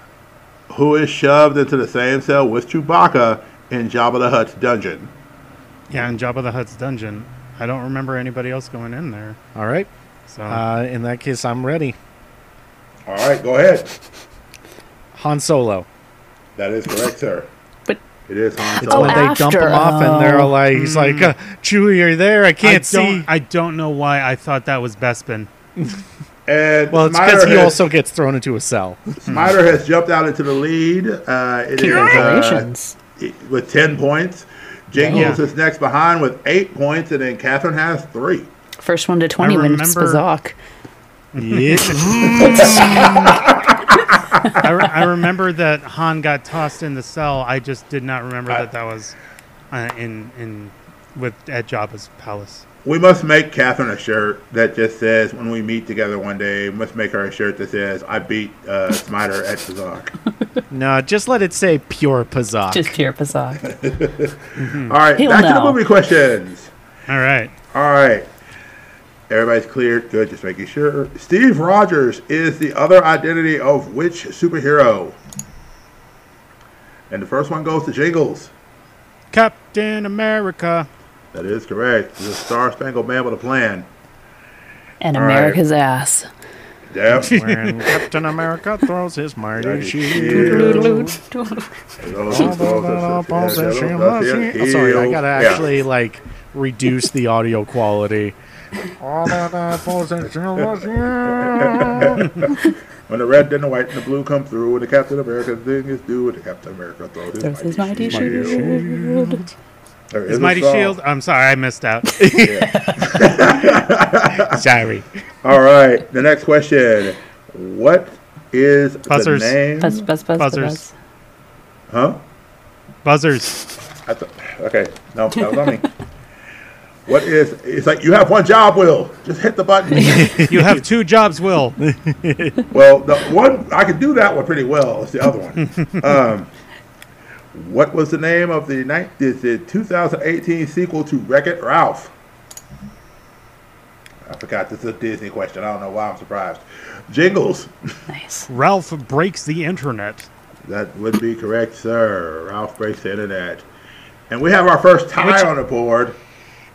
S2: Who is shoved into the same cell with Chewbacca in Jabba the Hutt's dungeon?
S3: Yeah, in Jabba the Hutt's dungeon. I don't remember anybody else going in there.
S4: All right.
S3: So
S4: Uh, in that case, I'm ready.
S2: All right, go ahead.
S4: Han Solo.
S2: That is correct, sir.
S5: But-
S2: it is Han
S4: It's
S5: Oh,
S2: Solo.
S4: when they dump
S5: after.
S4: him off, and they're
S5: Oh.
S4: like, he's like, uh, Chewie, you're there. I
S3: Mm. I
S4: can't
S3: don't.
S4: see.
S3: I don't know why I thought that was Bespin.
S2: and
S4: Well, it's because
S2: Smiter
S4: he
S2: has,
S4: also gets thrown into a cell.
S2: Smiter has jumped out into the lead. Uh, it is, uh,
S5: Congratulations.
S2: with ten points. Jingles
S3: Yeah.
S2: is next behind with eight points, and then Catherine has three.
S5: First one to twenty wins
S3: remember-
S5: Spazok.
S3: I, re- I remember that Han got tossed in the cell. I just did not remember that that was uh, in in with at Jabba's palace.
S2: We must make Catherine a shirt that just says, "When we meet together one day," we must make her a shirt that says, "I beat uh, Smiter at Tazak."
S4: no, just let it say pure Pazak.
S5: Just pure Pazok.
S2: All right,
S5: He'll
S2: back to the
S5: know.
S2: movie questions.
S3: All right.
S2: All right. Everybody's cleared. Good. Just making sure. Steve Rogers is the other identity of which superhero? And the first one goes to Jingles.
S3: Captain America.
S2: That is correct. The Star Spangled Man with a plan.
S5: And
S2: right.
S5: America's ass.
S2: Yep.
S4: when Captain America throws his mighty shield.
S5: That's
S4: Oh, sorry, I gotta actually like reduce the audio quality.
S2: When the red and the white and the blue come through, when the Captain America thing is due, when the Captain America throws his mighty,
S5: his mighty shield.
S2: There
S3: Is
S2: a
S3: Mighty
S2: song.
S3: Shield. I'm sorry, I missed out.
S4: Sorry.
S2: All right. The next question. What is
S3: Buzzers.
S2: the name?
S5: Buzz, buzz, buzz,
S3: Buzzers.
S5: buzz.
S2: Huh?
S3: Buzzers.
S2: I th- okay. No, that was on me. What is? It's like you have one job, Will. Just hit the button.
S3: You have two jobs, Will.
S2: well, the one I could do that one pretty well. It's the other one. Um, what was the name of the night? Is the 2018 sequel to Wreck It Ralph? I forgot. This is a Disney question. I don't know why I'm surprised. Jingles.
S5: Nice.
S3: Ralph breaks the internet.
S2: That would be correct, sir. Ralph breaks the internet. And we have our first tie
S3: Which-
S2: on the board.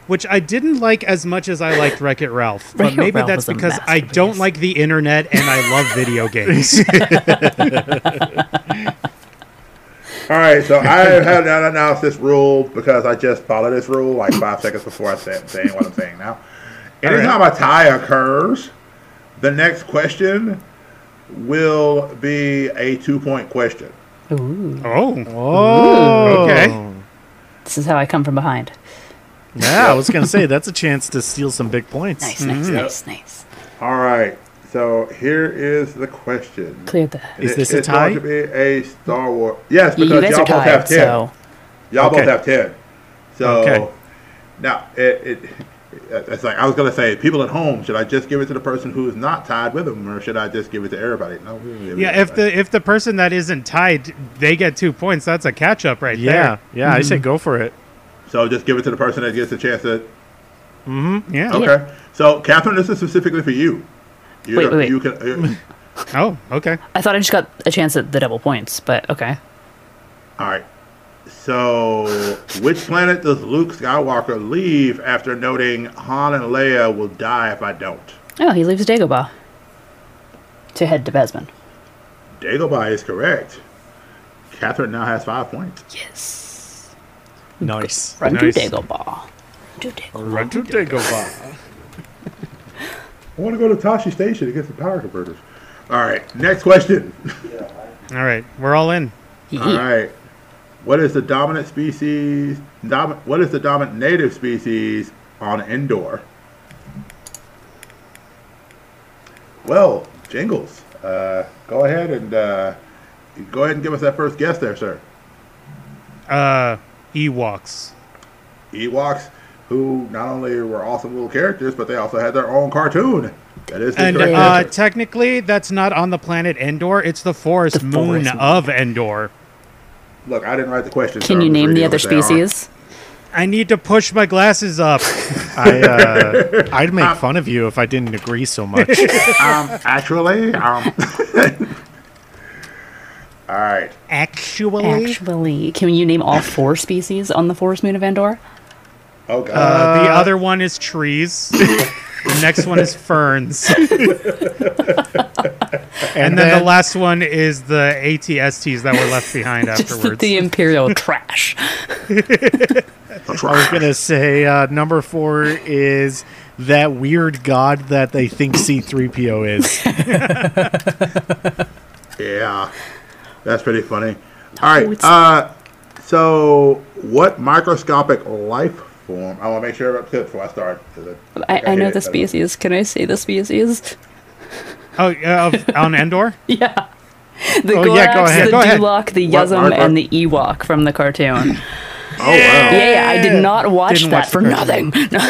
S3: which I didn't like as much as I liked Wreck It Ralph. But
S5: Wreck-It
S3: maybe
S5: Ralph
S3: that's
S5: was a
S3: because I don't
S5: masterpiece.
S3: like the internet and I love video games.
S2: All right, so I have not announced this rule because I just thought of this rule like five seconds before I said saying what I'm saying now. Anytime a tie occurs, the next question will be a two point question.
S3: Oh,
S4: Oh,
S3: okay.
S5: This is how I come from behind.
S4: Yeah, I was gonna say that's a chance to steal some big points.
S5: Nice, nice, nice, nice.
S2: All right, so here is the question.
S5: Cleared that.
S4: Is
S2: It-
S4: this a
S2: it's going
S4: tie?
S2: to be a Star Wars. Yes,
S5: You
S2: because
S5: guys
S2: y'all
S5: are
S2: both have
S5: tied,
S2: ten.
S5: so
S2: Y'all both
S4: Okay.
S2: have ten. So
S4: Okay.
S2: now it, it it's like I was gonna say, people at home, should I just give it to the person who is not tied with them, or should I just give it to everybody? No, we give it to
S3: yeah. If
S2: everybody.
S3: the if the person that isn't tied, they get two points. That's a catch up right
S4: Yeah, yeah, I say go for it.
S2: so just give it to the person that gets a chance to.
S3: there. Yeah.
S2: Okay. So Catherine, this is specifically for you. you
S5: Wait, wait, wait.
S2: You can. uh,
S3: Oh, okay.
S5: I thought I just got a chance at the double points, but okay.
S2: all right. So, which planet does Luke Skywalker leave after noting Han and Leia will die if I don't?
S5: Oh, he leaves Dagobah to head to Besman.
S2: Dagobah is correct. Catherine now has five points.
S5: Yes.
S4: Nice.
S5: Run
S3: Nice.
S5: to Dagobah. To Dagobah.
S4: Run to Dagobah.
S2: I want to go to Tashi Station to get some power converters. All right, next question.
S3: All right, we're all in.
S5: Hmm.
S2: All right, what is the dominant species? Dom, what is the dominant native species on Endor? Well, Jingles, uh, go ahead and uh, go ahead and give us that first guess there, sir.
S3: Uh, Ewoks.
S2: Ewoks, who not only were awesome little characters, but they also had their own cartoon. That is the
S3: And
S2: correct
S3: uh,
S2: answer.
S3: technically, that's not on the planet Endor. It's the forest
S5: The
S3: moon
S5: forest moon.
S3: of Endor.
S2: Look, I didn't write the question. so
S5: Can
S2: I'm
S5: you
S2: just
S5: name the
S2: reading
S5: other
S2: what they are.
S5: species?
S3: I need to push my glasses up.
S4: I, uh, I'd make fun of you if I didn't agree so much.
S2: um, actually, um. all right.
S3: Actually,
S5: Actually, can you name all four species on the forest moon of Andor?
S2: Oh
S3: Uh,
S2: God.
S3: the other one is trees. the next one is ferns, and then the last one is the ATSTs that were left behind
S5: Just
S3: afterwards.
S5: the imperial trash.
S4: I was gonna say uh, number four is that weird god that they think C three PO is.
S2: yeah, that's pretty funny. All right.
S5: it's-
S2: Uh, so what microscopic life form? I want to make sure I'm up to it before I start. 'cause think
S5: I, I
S2: hit
S5: know
S2: it,
S5: the
S2: but-
S5: species. Can I say the species?
S3: oh, uh, of- on Endor.
S5: Yeah. The
S4: Oh,
S5: Gorax,
S4: yeah, go ahead,
S5: the
S4: go
S3: ahead.
S5: Duloc, the
S2: What-
S5: Yuzum,
S2: what-
S5: and the Ewok from the cartoon.
S2: Oh wow!
S5: yeah, yeah, I did not watch
S3: Didn't
S5: that
S3: watch the
S5: for
S3: cartoon.
S5: nothing.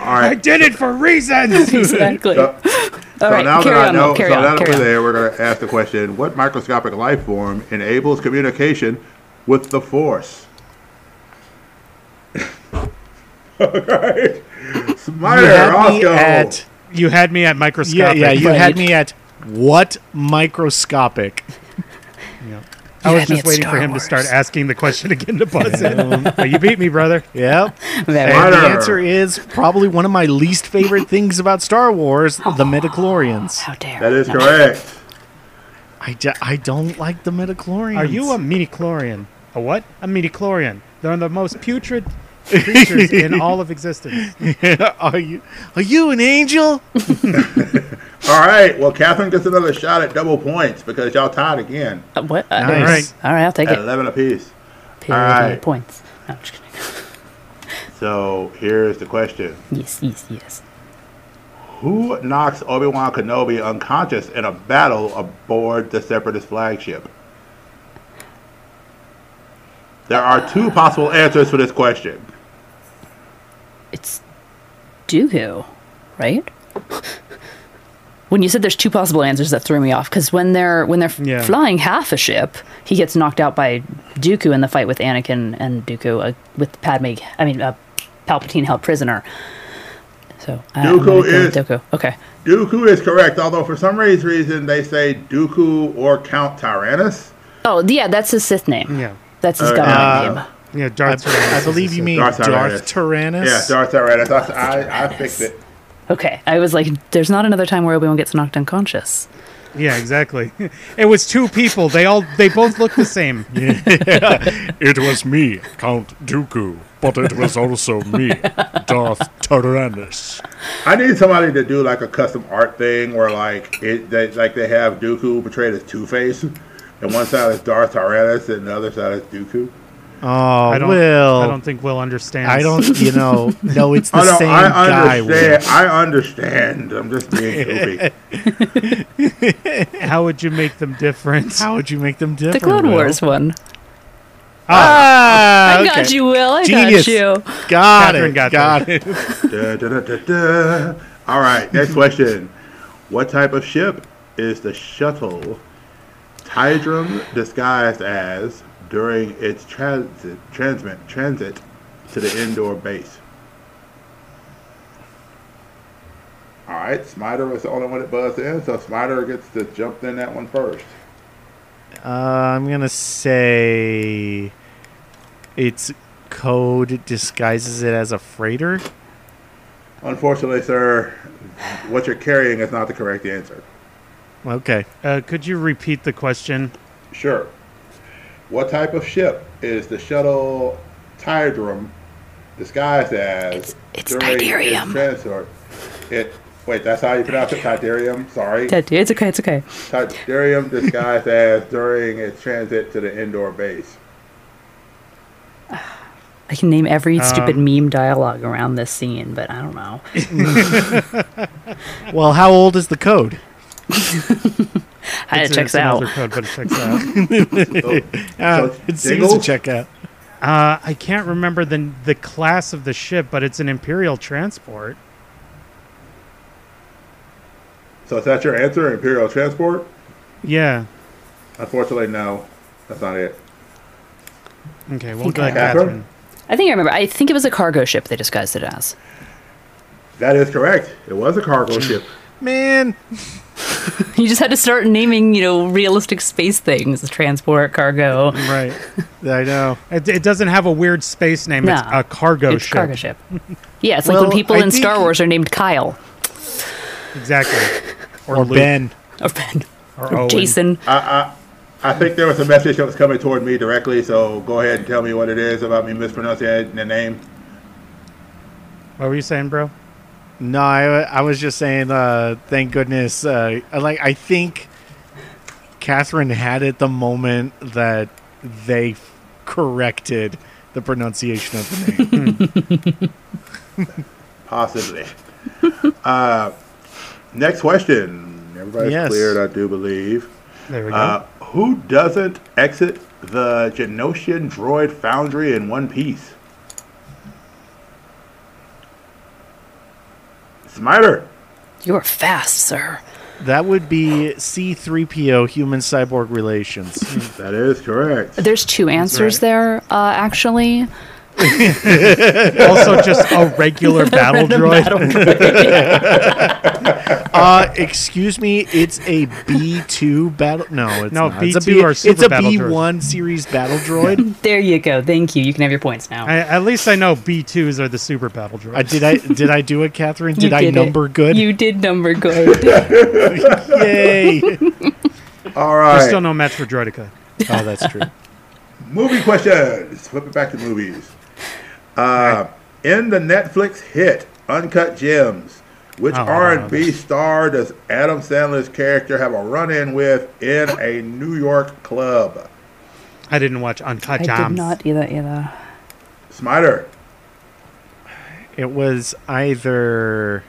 S2: All right.
S3: I did it for reasons.
S5: exactly.
S2: So, so
S5: right,
S2: now that
S5: carry
S2: I
S5: on,
S2: know,
S5: Will, carry
S2: so
S5: on,
S2: now that
S5: carry
S2: we're
S5: on.
S2: there, we're going to ask the question: What microscopic life form enables communication with the Force? okay.
S4: You
S2: Smiter,
S4: had me
S2: Roscoe.
S4: at
S3: you had me at
S4: yeah,
S3: microscopic.
S4: yeah. You had
S5: Right.
S4: me at what microscopic?
S3: I
S5: You
S3: was
S5: had me
S3: just
S5: at
S3: waiting
S5: Star
S3: for him
S5: Wars.
S3: to start asking the question again to buzz in. But you beat me, brother.
S4: Yep.
S5: Very
S2: What?
S4: And the
S2: Butter.
S4: answer is probably one of my least favorite things about Star Wars: the midichlorians.
S5: How dare.
S2: That is
S5: No.
S2: correct.
S4: I, ju- I don't like the midichlorians.
S3: Are you a midichlorian? A what? A midichlorian. They're the most putrid creatures in all of existence.
S4: are you are you an angel?
S2: All right. Well, Catherine gets another shot at double points because y'all tied again
S5: Uh, What? Uh,
S4: Nice.
S3: All right.
S5: All right, I'll take
S2: at
S5: it.
S2: eleven apiece.
S5: Period
S2: right.
S5: points. No, I'm just kidding.
S2: So here's the question:
S5: Yes, yes, yes.
S2: Who knocks Obi Wan Kenobi unconscious in a battle aboard the Separatist flagship? There are two possible answers for this question.
S5: It's Dooku, right? when you said there's two possible answers, that threw me off. Because when they're when they're
S3: Yeah.
S5: flying half a ship, he gets knocked out by Dooku in the fight with Anakin and Dooku uh, with Padme. I mean, uh, Palpatine held prisoner. So I- I'm
S2: Dooku
S5: gonna go with
S2: is-
S5: Dooku. Okay.
S2: Dooku is correct, although for some raised reason they say Dooku or Count Tyrannus.
S5: Oh yeah, that's his Sith name.
S3: Yeah.
S5: That's his government name.
S3: Yeah, Darth Vader.
S4: I believe you mean
S2: Darth
S4: Darth,
S2: Tyrannus.
S4: Tyrannus.
S2: Yeah, Darth Tyrannus. I, I, I fixed it.
S5: Okay, I was like, there's not another time where Obi Wan gets knocked unconscious.
S3: Yeah, exactly. It was two people. They all they both looked the same.
S7: It was me, Count Dooku, but it was also me, Darth Tyrannus.
S2: I need somebody to do like a custom art thing where like it they, like they have Dooku portrayed as Two Face, and one side is Darth Tyrannus and the other side is Dooku.
S4: Oh,
S3: I don't.
S4: Will.
S3: I don't think Will understands.
S4: I don't. You know. No, it's the
S2: oh no,
S4: same
S2: I
S4: guy. Will.
S2: understand. I understand. I'm just being goofy.
S3: How would you make them different?
S4: How would you make them different?
S5: The Clone
S4: Will?
S5: Wars one.
S4: Ah,
S5: I got
S4: okay.
S5: you, Will. I
S4: Genius.
S5: got you.
S4: Got
S3: Catherine
S4: it.
S3: got
S4: Got, it.
S2: Da, da, da, da, da. All right, next question. What type of ship is the shuttle Tidrum disguised as during its transit transmit transit to the indoor base? All right, Smiter was the only one that buzzed in, so Smiter gets to jump in that one first.
S4: Uh, I'm gonna say its code disguises it as a freighter.
S2: Unfortunately, sir, what you're carrying is not the correct answer.
S4: Okay.
S3: Uh, could you repeat the question?
S2: Sure. What type of ship is the shuttle Tidrum disguised as?
S5: It's- it's
S2: during its
S5: Tidarium.
S2: transport? It wait, that's how you pronounce it, Tidarium. Sorry,
S5: Yeah, dude, It's okay. It's okay.
S2: Tidarium disguised as during its transit to the indoor base.
S5: I can name every
S4: Um,
S5: stupid meme dialogue around this scene, but I don't know.
S4: Well, how old is the code?
S5: it
S3: It's- it's
S5: checks
S3: another
S5: out.
S3: Code, but it checks out.
S2: So,
S4: Uh,
S2: so
S4: it seems to
S2: Dingle?
S4: check out.
S3: Uh, I can't remember the the class of the ship, but it's an imperial transport.
S2: so is that your answer, Imperial transport?
S3: Yeah.
S2: Unfortunately, no, that's not it.
S3: Okay. We'll
S5: Think
S3: go
S5: I-
S3: ahead, Catherine.
S5: I think I remember. I think it was a cargo ship they disguised it as.
S2: That is correct. It was a cargo ship.
S4: Man,
S5: You just had to start naming, you know, realistic space things: transport, cargo.
S3: Right.
S4: I know.
S3: It, it doesn't have a weird space name. It's
S5: No.
S3: a cargo
S5: it's
S3: ship.
S5: cargo ship. Yeah, it's like
S4: Well,
S5: when people
S4: I
S5: in
S4: think-
S5: Star Wars are named Kyle
S3: Exactly. Or,
S4: Or
S3: Luke,
S4: Ben.
S5: or Ben
S3: Or
S5: or
S4: Oh,
S3: Owen.
S5: Jason.
S2: I think there was a message that was coming toward me directly, so go ahead and tell me what it is about me mispronouncing the name.
S3: What were you saying, bro?
S4: No, I, I was just saying. Uh, thank goodness. Uh, I like I think Catherine had it the moment that they f- corrected the pronunciation of the name.
S2: Possibly. uh, next question. Everybody's
S4: Yes.
S2: cleared, I do believe.
S3: There we go.
S2: Uh, who doesn't exit the Genosian droid foundry in one piece? Smiter.
S5: You are fast, sir.
S4: that would be C3PO human cyborg relations.
S2: That is correct.
S5: There's two answers there, uh, actually.
S3: also, just a regular battle droid.
S4: uh, excuse me, it's a B2 battle. No, it's
S3: No,
S4: not. It's a
S3: B2
S4: B-
S3: are
S4: It's
S3: super
S4: a
S3: battle droids.
S4: B1 series battle droid.
S5: There you go. Thank you. You can have your points now.
S3: I, at least I know B twos are the super battle droids.
S4: uh, did I did I do it, Catherine?
S5: You
S4: Did I
S5: it.
S4: number good?
S5: You did number good.
S4: Yay! oh,
S2: All
S3: There's still
S2: right.
S3: no match for Droidica.
S4: that's true.
S2: Movie questions. Flip it back to movies. Uh, in the Netflix hit Uncut Gems, which
S3: Oh,
S2: R&B star does Adam Sandler's character have a run-in with in a New York club?
S3: I didn't watch Uncut
S5: I did
S3: Gems.
S5: not either. Either.
S2: Smiter.
S4: It was either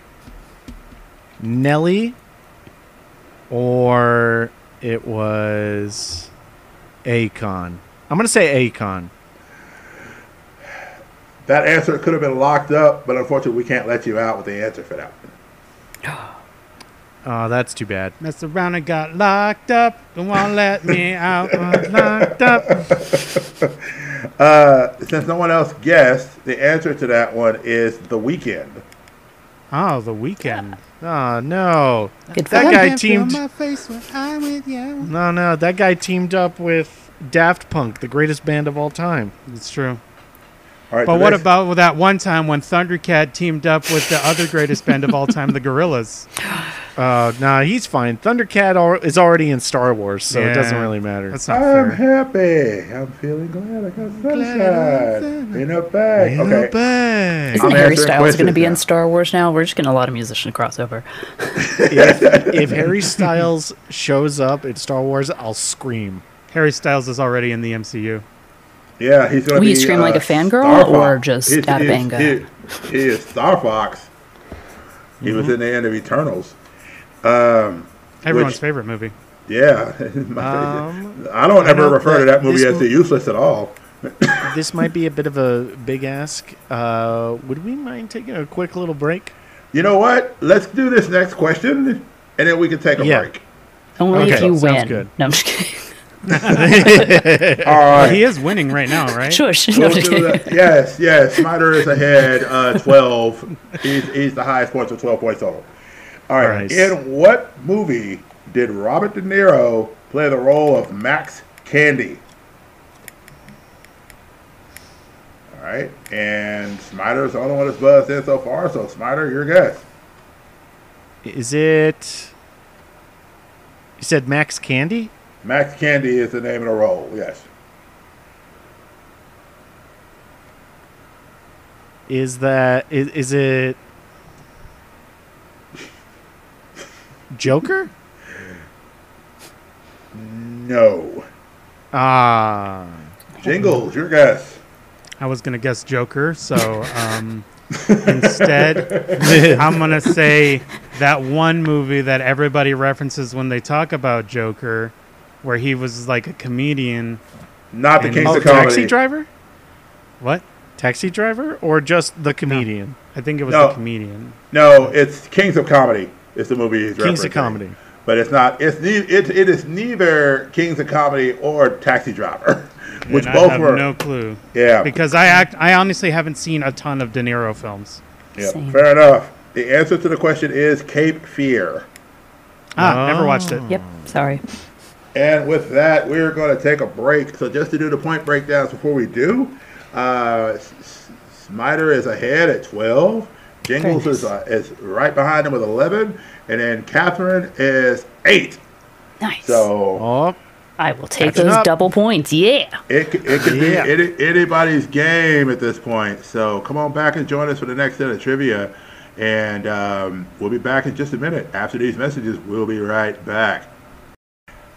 S4: Nelly or it was Akon. I'm gonna say Akon.
S2: That answer could have been locked up, but unfortunately, we can't let you out with the answer for that one.
S4: Oh, that's too bad.
S3: Messed around and got locked up. Don't want let me out. I'm locked up.
S2: Uh, since no one else guessed, the answer to that one is The Weekend.
S3: Oh, the weekend.
S4: Oh no.
S5: Good for
S4: That
S5: him.
S4: guy teamed
S3: face when I'm with you.
S4: No, no, that guy teamed up with Daft Punk, the greatest band of all time.
S3: It's true.
S2: All right,
S3: But
S2: the
S3: what
S2: next-
S3: about that one time when Thundercat teamed up with the other greatest band of all time, the Gorillas?
S4: Uh, nah, he's fine. Thundercat al- is already in Star Wars, so it doesn't
S3: Yeah.
S4: really matter.
S3: That's not
S2: I'm
S3: fair.
S2: happy. I'm feeling glad. I got sunshine in a bag. okay.
S5: Isn't
S2: I'm
S5: Harry
S2: answering
S5: Styles going to
S2: questions
S5: be
S2: now.
S5: in Star Wars now? We're just getting a lot of musician crossover.
S4: if Harry Styles shows up in Star Wars, I'll scream.
S3: Harry Styles is already in the MCU.
S2: Yeah, he's gonna
S5: Will
S2: be. uh,
S5: you scream like a fangirl
S2: Star Fox.
S5: or just
S2: He's-
S5: out of
S2: he's-
S5: anger?
S2: He, he is Star Fox. He
S5: Mm-hmm.
S2: was in the end of Eternals.
S3: Everyone's
S2: Which-
S3: favorite movie.
S2: Yeah, My- I don't ever
S4: Um, know
S2: refer to
S4: that
S2: that movie
S4: this
S2: as the useless at all.
S4: This might be a bit of a big ask. Uh, would we mind taking a quick little break?
S2: You know what? Let's do this next question, and then we can take a
S4: Yeah.
S2: break.
S5: Only if
S4: Okay,
S5: you
S4: sounds
S5: win.
S4: good.
S5: No, I'm just kidding.
S2: All right.
S3: He is winning right now, right?
S5: Shush.
S2: We'll
S5: No, I'm just
S2: do
S5: kidding.
S2: that. Yes, yes. Snyder is ahead uh, 12. he's, he's the highest points with 12 points total. All right.
S4: Nice.
S2: In what movie did Robert De Niro play the role of Max Candy? All right. And Snyder's the only one that's buzzed in so far. So, Snyder, your guess.
S4: Is it? You said Max Candy.
S2: Max Candy is the name of the role. Yes.
S4: Is that is, is it? Joker?
S2: No.
S4: Ah,
S2: Jingles, your guess.
S3: I was gonna guess Joker, so um, instead, I'm gonna say that one movie that everybody references when they talk about Joker, where he was like a comedian.
S2: Not the
S3: And-
S2: Kings
S4: oh,
S2: of Comedy.
S4: taxi driver.
S3: What?
S4: Taxi driver, or just the comedian?
S3: I think it was
S2: No.
S3: a comedian.
S2: No, it's Kings of Comedy. It's the movie. he's
S4: Kings of
S2: referencing.
S4: Comedy.
S2: but it's not. It's ne- it, it is neither Kings of Comedy or Taxi Driver, which
S3: and I
S2: both
S3: have
S2: were.
S3: no clue.
S2: yeah,
S3: Because I act, I honestly haven't seen a ton of De Niro films.
S2: yeah.
S5: Same.
S2: fair enough. The answer to the question is Cape Fear.
S3: Ah, never watched it.
S5: Yep. Sorry.
S2: And with that, we're going to take a break. So just to do the point breakdowns before we do, uh, S- S- Smiter is ahead at 12. Jingles
S5: Very
S2: is, uh, is right behind him with 11. And then Catherine is 8.
S5: Nice.
S2: So
S4: Oh,
S5: I will take
S4: Catching
S5: those
S4: up.
S5: double points. Yeah.
S2: It, c- it could
S4: Yeah.
S2: be any, anybody's game at this point. So come on back and join us for the next set of trivia. And um, we'll be back in just a minute. After these messages, we'll be right back.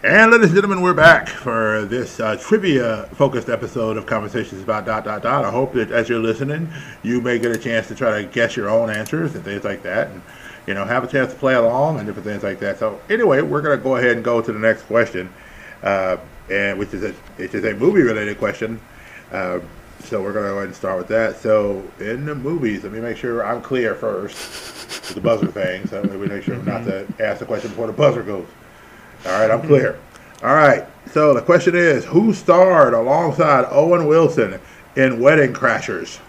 S2: And ladies and gentlemen, we're back for this uh, trivia-focused episode of Conversations About Dot Dot Dot. I hope that as you're listening, you may get a chance to try to guess your own answers and things like that, and you know have a chance to play along and different things like that. So anyway, we're gonna go ahead and go to the next question, uh, and which is a which is a movie-related question. Uh, so we're gonna go ahead and start with that. So in the movies, let me make sure I'm clear first with the buzzer thing. So let me make sure not to ask the question before the buzzer goes. All right, I'm clear. All right, so the question is who starred alongside Owen Wilson in Wedding Crashers?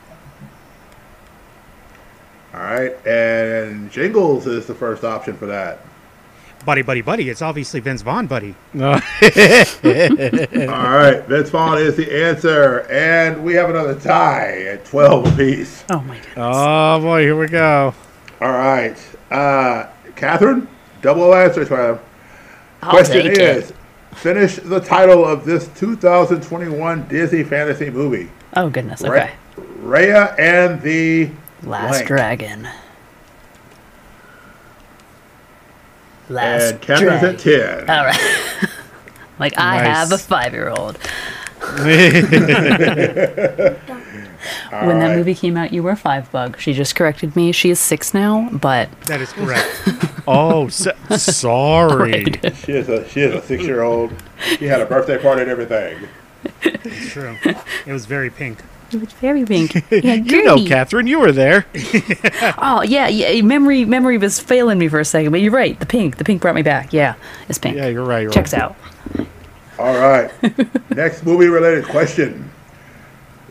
S2: All right, and Jingles is the first option for that.
S3: Buddy, buddy, buddy. It's obviously Vince Vaughn, buddy.
S2: All right, Vince Vaughn is the answer, and we have another tie at 12 apiece.
S5: Oh my god.
S2: Uh,
S4: oh boy, here we go.
S2: All right, uh, Catherine, double answer time.
S5: I'll
S2: Question
S5: take
S2: is
S5: it.
S2: finish the title of this 2021 Disney fantasy movie.
S5: Oh goodness. Okay.
S2: Right. Raya and the
S5: Last
S2: Blank.
S5: Dragon. Last
S2: and Catherine's
S5: Dragon.
S2: at ten.
S5: All right. like I
S4: Nice.
S5: have a five-year-old. when that movie came out, you were five bug. She just corrected me. She is six now, but
S3: That is correct.
S4: Oh, so, sorry.
S2: She is a she is a six year old. She had a birthday party and everything.
S3: It's true. It was very pink.
S5: it was very pink.
S4: You know, Catherine, you were there.
S5: Oh yeah, yeah. Memory, memory was failing me for a second, but you're right. The pink, the pink brought me back. Yeah, it's pink.
S4: Yeah, you're right. You're
S5: Checks
S4: right.
S5: out.
S2: All right. Next movie related question: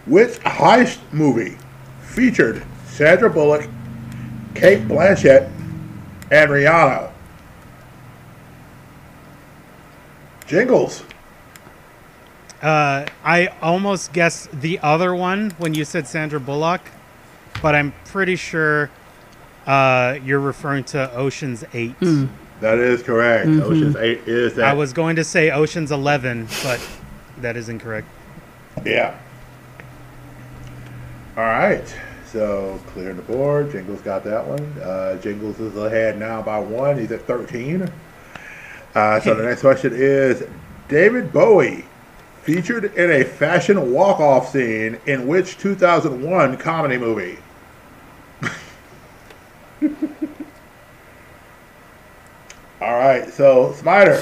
S2: Which heist movie featured Sandra Bullock, Kate Blanchett, and Rihanna? Jingles.
S3: Uh, I almost guessed the other one when you said Sandra Bullock, but I'm pretty sure Uh, you're referring to Ocean's Eight.
S5: Hmm.
S2: That is correct. Ocean's Eight is that.
S3: I was going to say Ocean's Eleven, but that is incorrect.
S2: Yeah. All right. So clearing the board. Jingles got that one. Uh, Jingles is ahead now by one. He's at 13. Uh, so the next question is David Bowie featured in a fashion walk off scene in which 2001 comedy movie? All right. So, Spider.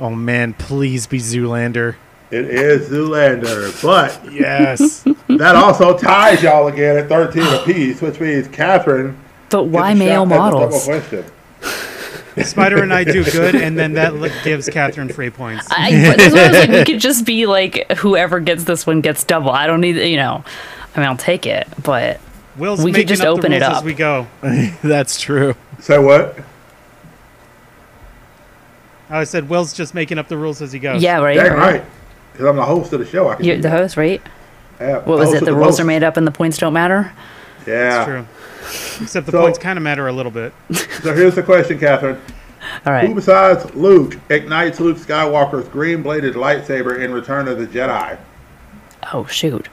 S4: Oh man, please be Zoolander.
S2: It is Zoolander, but
S4: Yes.
S2: That also ties y'all again at 13 apiece, which means Catherine.
S5: But why
S2: gets a shot
S5: male
S2: at the double
S5: models?
S2: question.
S3: Spider and I do good, and then that li- gives Catherine free points.
S5: I, but that's what I was like, we could just be like, whoever gets this one gets double. I don't need, you know, I mean, I'll take it, but
S3: Will's
S5: we could
S3: making
S5: just
S3: up
S5: open
S3: the
S5: it
S3: rules
S5: up.
S3: as we go.
S4: That's true.
S2: Say what?
S3: I said Will's just making up the rules as he goes.
S5: yeah, right.
S2: Dang right. Because I'm the host of the show. I can
S5: You're
S2: do
S5: the
S2: that.
S5: host, right?
S2: Yeah,
S5: What was
S2: host
S5: it?
S2: of
S5: The rules
S2: most.
S5: are made up and the points don't matter?
S2: Yeah.
S3: that's true. Except the
S2: So-
S3: points kind of matter a little bit.
S2: So here's the question, Catherine.
S5: All
S2: Who
S5: right.
S2: besides Luke ignites Luke Skywalker's green bladed lightsaber in Return of the Jedi?
S5: Oh, shoot.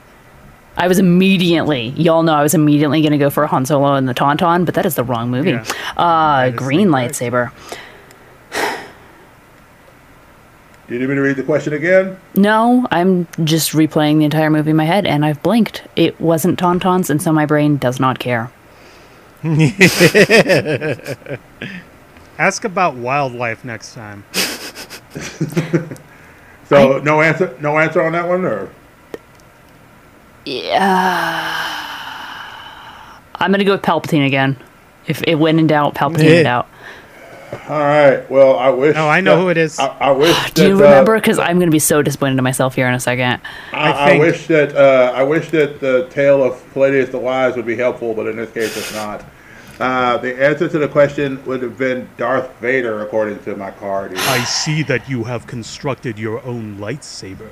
S5: I was immediately, y'all know I was immediately going to go for Han Solo and the Tauntaun, but that is the wrong movie.
S3: Yeah.
S5: Uh,
S3: is
S5: green
S3: incorrect.
S5: lightsaber.
S2: Do you need me to read the question again?
S5: No, I'm just replaying the entire movie in my head and I've blinked. It wasn't Tauntauns, and so my brain does not care.
S3: Ask about wildlife next time.
S2: So no answer no answer on that one or
S5: I'm going to go with Palpatine again. If it went in doubt, Palpatine it out.
S2: all right. Well I wish
S3: No, I know who it is.
S2: I, I wish
S5: Do you
S2: that, uh,
S5: remember? Because I'm going to be so disappointed in myself here in a second.
S2: I,
S3: I
S2: I
S3: think-
S2: wish that uh, I wish that the tale of Palladius the Wise would be helpful, but in this case, it's not. Uh, the answer to the question would have been Darth Vader, according to my card. here.
S3: I see that you have constructed your own lightsaber.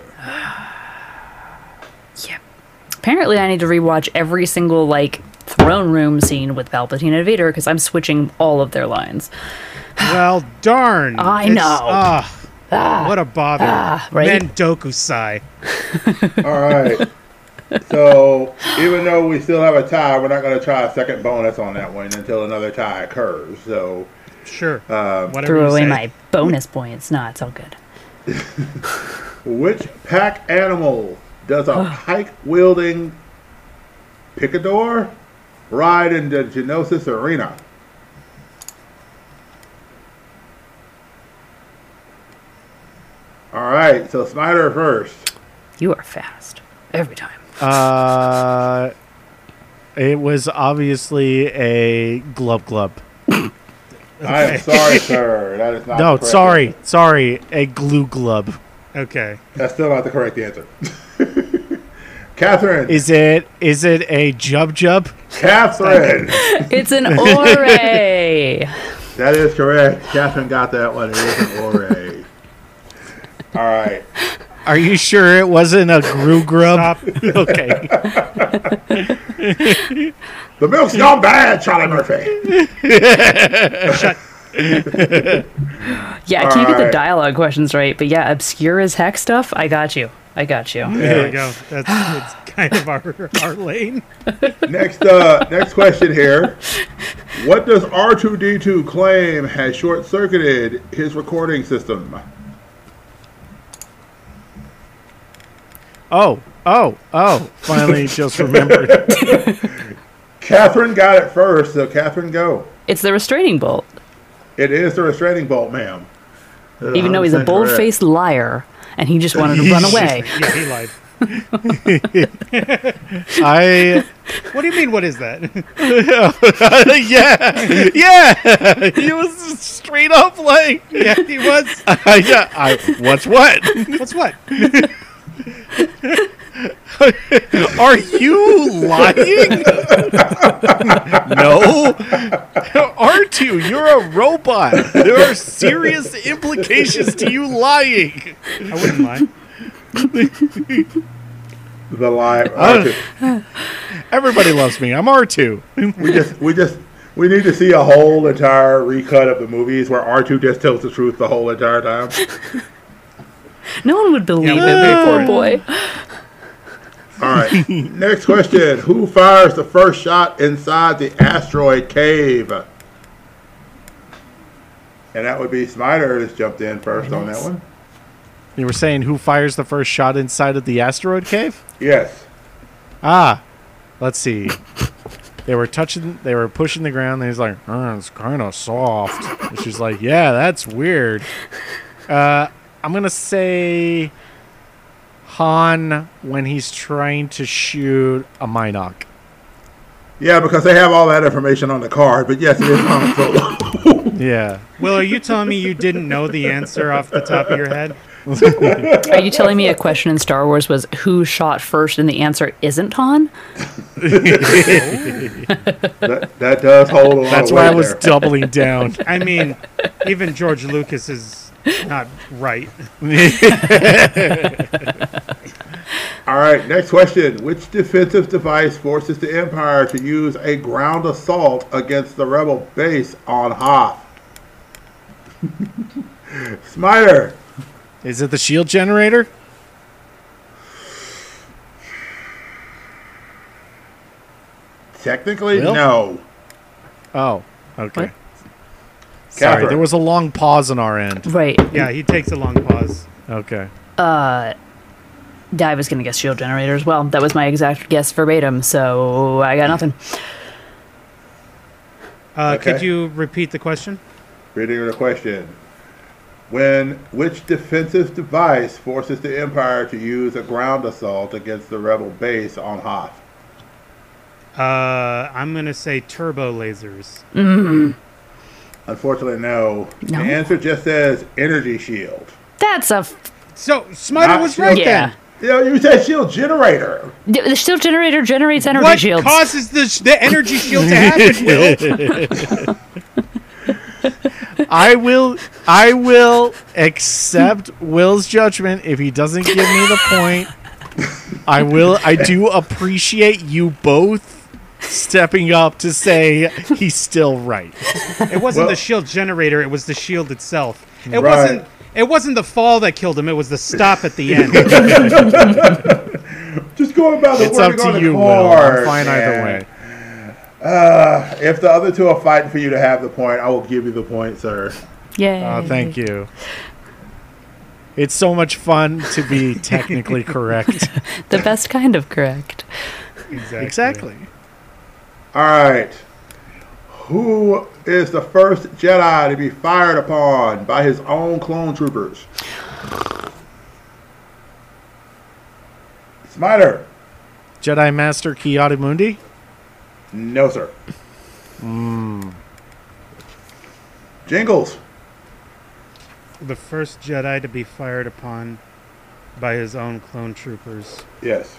S5: Apparently, I need to rewatch every single like throne room scene with Palpatine and Vader because I'm switching all of their lines.
S3: Ah. Well, darn.
S5: I
S3: It's-
S5: know. Ah,
S3: ah, what a bother.
S5: right?
S3: Mendokusai.
S2: All right. So even though we still have a tie, we're not going to try a second bonus on that one until another tie occurs. So
S3: Sure. Uh, Whatever
S5: Threw
S3: you
S5: away
S3: say.
S5: my bonus points. No, it's all good.
S2: Which pack animal does a pike wielding picador ride in the Genosis Arena? All right, so Snyder first.
S5: You are fast every time.
S4: Uh, it was obviously a glove glove.
S2: I am sorry, sir. That is not
S4: No,
S2: the correct
S4: sorry, sorry, a glue glove.
S3: Okay.
S2: That's still not the correct answer. Catherine.
S4: Is it is it a jub jub?
S2: Catherine.
S5: It's an ore.
S2: That is correct. Catherine got that one. It is an ore. All right.
S4: Are you sure it wasn't a glue grub?
S3: Stop.
S4: okay.
S2: The milk's gone bad, Charlie Murphy.
S5: Yeah, I can't get the
S2: Alright.
S5: dialogue questions right, but yeah, obscure as heck stuff. I got you. I got you.
S3: There we go. That's it's kind of our, our lane.
S2: Next, uh, next question here. What does R2D2 claim has short circuited his recording system?
S4: Oh, oh, oh! Finally, just remembered.
S2: Catherine got it first, so Catherine, go.
S5: It's the restraining bolt.
S2: It is the restraining bolt, ma'am.
S5: Even though he's a
S2: 100% correct.
S5: bold faced liar and he just wanted to run away.
S3: Yeah, he lied.
S4: I
S3: What do you mean, what is that?
S4: yeah, yeah. He was straight up like,
S3: yeah, he was.
S4: I, yeah, I, what's what?
S3: What's what?
S4: Are you lying? no. R2, you're a robot. There are serious implications to you lying.
S3: I wouldn't lie.
S2: The lie. R2.
S4: Everybody loves me. I'm R2.
S2: We just, we just, We need to see a whole entire recut of the movies where R2 just tells the truth the whole entire time.
S5: No one would believe Oh,
S3: we'll pay
S5: it,
S3: for
S5: poor
S3: it.
S5: boy.
S2: All right. Next question. Who fires the first shot inside the asteroid cave? And that would be Snyder who's jumped in first on that one.
S4: You were saying who fires the first shot inside of the asteroid cave?
S2: Yes.
S4: Ah, let's see. They were touching. They were pushing the ground. And he's like, "Uh, "It's kind of soft." And she's like, "Yeah, that's weird." Uh, I'm gonna say Han when he's trying to shoot a Minoc.
S2: Yeah, because they have all that information on the card. But yes, it is Han Solo.
S4: Yeah,
S3: Well, are you telling me you didn't know the answer off the top of your head?
S5: Are you telling me a question in Star Wars was who shot first and the answer isn't Han?
S2: that, that does hold a lot
S4: that's
S2: of
S4: why I
S2: weight
S4: was
S2: there.
S4: doubling down.
S3: I mean, even George Lucas is not right.
S2: All right, next question. Which defensive device forces the Empire to use a ground assault against the Rebel base on Hoth? Smiter.
S4: Is it the shield generator?
S2: Technically,
S4: Will?
S2: no.
S4: Oh, okay.
S5: What?
S4: Sorry,
S2: Catherine.
S4: there was a long pause on our end.
S5: Right.
S3: Yeah, he takes a long pause.
S4: Okay.
S5: I was going to guess shield generator as well. That was my exact guess verbatim, so I got nothing.
S3: Uh, Could
S2: Okay.
S3: you repeat the question?
S2: Reading the question. When which defensive device forces the Empire to use a ground assault against the Rebel base on Hoth?
S3: Uh, I'm gonna say turbo lasers.
S2: Unfortunately, no. The
S5: No?
S2: answer just says energy shield.
S5: That's a f-
S3: So Smiter
S2: Not
S3: was
S2: shield-
S3: right
S5: yeah.
S3: then.
S2: Yeah, you said shield generator.
S5: The the shield generator generates energy
S3: What
S5: shields.
S3: causes the, sh- the energy shield to happen? Will?
S4: I will I will accept Will's judgment if he doesn't give me the point. I will I do appreciate you both stepping up to say he's still right.
S3: It wasn't
S2: Well-
S3: the shield generator. It was the shield itself. It
S2: Right.
S3: wasn't. It wasn't the fall that killed him. It was the stop at the end.
S2: Just going by the
S4: It's up
S2: wording on
S4: to
S2: the
S4: you, Will.
S2: card,
S4: I'm fine either
S2: man. Uh,
S4: way.
S2: If the other two are fighting for you to have the point, I will give you the point, sir.
S5: Yay.
S4: Uh, thank you. It's so much fun to be technically correct.
S5: The best kind of correct.
S4: Exactly.
S2: All right. Who is the first Jedi to be fired upon by his own clone troopers? Smiter.
S4: Jedi Master Kiadi Mundi?
S2: No, sir.
S3: Hmm.
S2: Jingles.
S3: The first Jedi to be fired upon by his own clone troopers.
S2: Yes.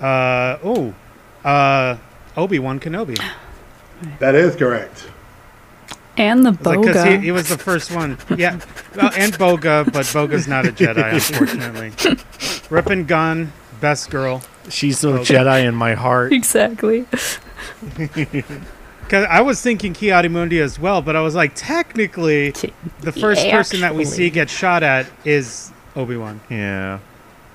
S3: Uh oh. Uh, Obi Wan Kenobi.
S2: That is correct.
S5: And the
S3: Because
S5: boga.
S3: he, he was the first one. Yeah. Well, and Boga, but Boga's not a Jedi, unfortunately. Rip and gun, best girl.
S4: She's
S3: Oh.
S4: the Jedi in my heart.
S5: exactly.
S3: Because I was thinking Ki Mundi as well, but I was like, technically, the first person that we see get shot at is Obi Wan,
S4: Yeah.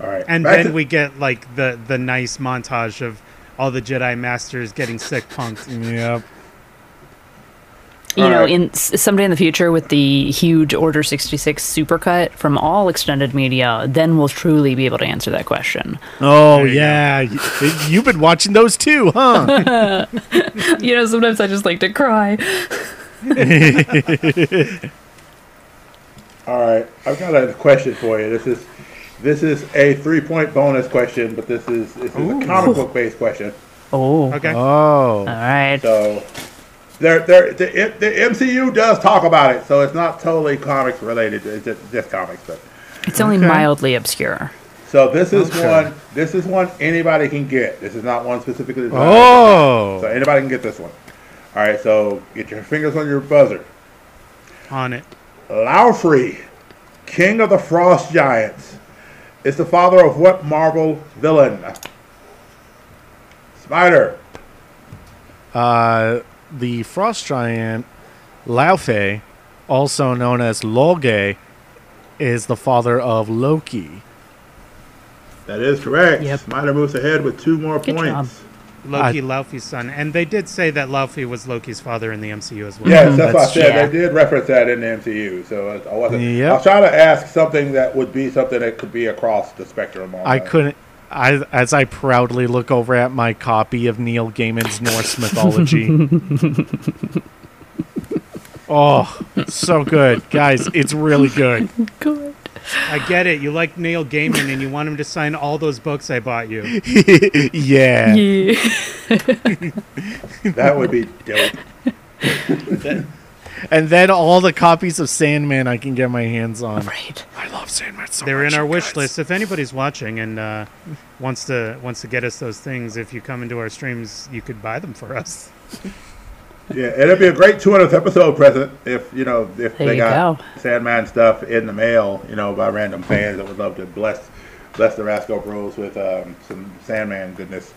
S2: All right.
S3: and
S2: Back
S3: then
S2: to-
S3: we get like the the nice montage of all the Jedi masters getting sick punked.
S4: Yep.
S5: You know,
S2: Alright.
S5: in s- someday in the future with the huge Order 66 supercut from all extended media, then we'll truly be able to answer that question.
S4: Oh
S3: you go.
S4: yeah, Y- you've been watching those too, huh?
S5: you know, sometimes I just like to cry.
S2: All right, I've got a question for you. This is this is a three point bonus question, but this is this is a comic book based question.
S5: Oh.
S3: Okay,
S5: All
S4: Oh,
S5: right.
S2: So there there the, the MCU does talk about it, so it's not totally comics related. It's just, just comics, but
S5: It's only mildly obscure.
S2: so this is one this is one anybody can get. This is not one specifically designed. So
S4: oh,
S2: anybody can get this one. All right, so get your fingers on your buzzer.
S3: on it.
S2: Laufrey, King of the Frost Giants, is the father of what Marvel villain? Spider.
S4: uh, the frost giant Laufey, also known as Loge, is the father of Loki.
S2: That is correct.
S5: Yep.
S2: Miner moves ahead with two more
S5: Good
S2: points.
S5: job.
S3: Loki, Laufey's son, and they did say that Laufey was Loki's father in the MCU as well.
S2: Yes, that's, what I
S4: That's-
S2: said.
S5: yeah.
S2: They did reference that in the MCU. So I- I wasn't. I
S4: Yep.
S2: was trying to ask something that would be something that could be across the spectrum. uh, on
S4: I
S2: that.
S4: couldn't. I, as I proudly look over at my copy of Neil Gaiman's Norse mythology. oh, so good, guys! It's really good.
S5: Good.
S3: I get it. You like Neil Gaiman, and you want him to sign all those books I bought you.
S4: yeah.
S5: Yeah.
S2: That would be dope.
S4: and then all the copies of Sandman I can get my hands on.
S5: Right.
S4: I love Sandman so
S3: They're
S4: much,
S3: in our
S4: you
S3: wish
S4: guys.
S3: list. If anybody's watching and uh, wants to wants to get us those things, if you come into our streams, you could buy them for us.
S2: Yeah, it'd be a great 200th episode present if you know if
S5: There
S2: they
S5: you
S2: got
S5: go.
S2: Sandman stuff in the mail, you know, by random fans that would love to bless bless the Rascal Bros with um, some Sandman goodness.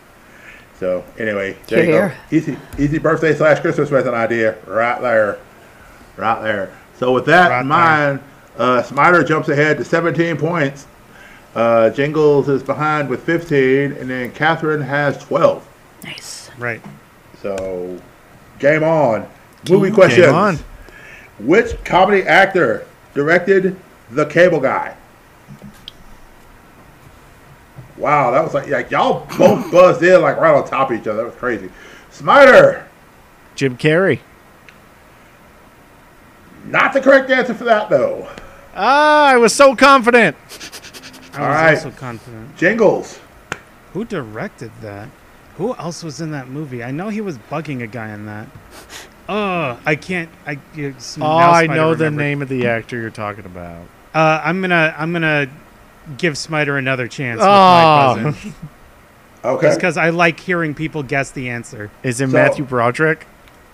S2: So anyway, there
S5: Hear,
S2: you go. Easy, easy birthday slash Christmas present idea right there, right there. So with that
S3: Right
S2: in mind, uh, Smiter jumps ahead to 17 points. Uh, Jingles is behind with 15, and then Catherine has 12.
S5: Nice.
S3: Right.
S2: So, game on. Movie questions.
S4: on.
S2: Which comedy actor directed The Cable Guy? Wow, that was like, like y'all both buzzed in like right on top of each other. That was crazy. Smiter,
S4: Jim Carrey.
S2: not the correct answer for that though.
S4: Ah, I was so confident.
S3: I was
S2: right.
S3: also confident.
S2: Jingles,
S3: Who directed that? Who else was in that movie? I know he was bugging a guy in that. Oh, I can't. I. it's-
S4: Oh,
S3: now
S4: I
S3: Spider
S4: know the
S3: remembered.
S4: name of the actor you're talking about.
S3: Uh, I'm gonna. I'm gonna give Smiter another chance.
S4: Oh.
S3: With my buzzing.
S2: okay.
S3: because I like hearing people guess the answer.
S4: Is it
S2: So-
S4: Matthew Broderick?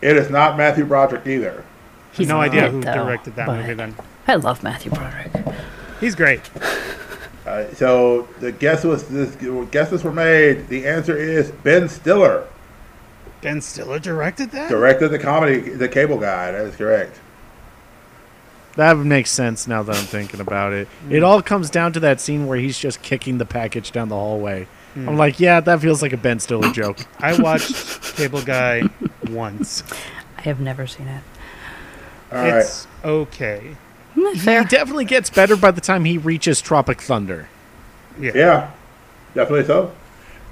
S2: It is not Matthew Broderick either.
S5: He's
S3: no idea
S5: great,
S3: who
S5: though,
S3: directed that
S5: but
S3: movie. Then
S5: I love Matthew Broderick.
S3: he's great.
S2: Uh, so the guess was this guesses were made. The answer is Ben Stiller
S3: Ben Stiller directed that.
S2: directed the comedy The Cable Guy. That is correct.
S4: That makes sense now that I'm thinking about it. It all comes down to that scene where he's just kicking the package down the hallway. I'm like, yeah, that feels like a Ben Stiller joke.
S3: I watched Cable Guy once.
S5: I have never seen it.
S2: All right.
S3: it's okay.
S4: He definitely gets better by the time he reaches Tropic Thunder.
S2: Yeah, definitely so.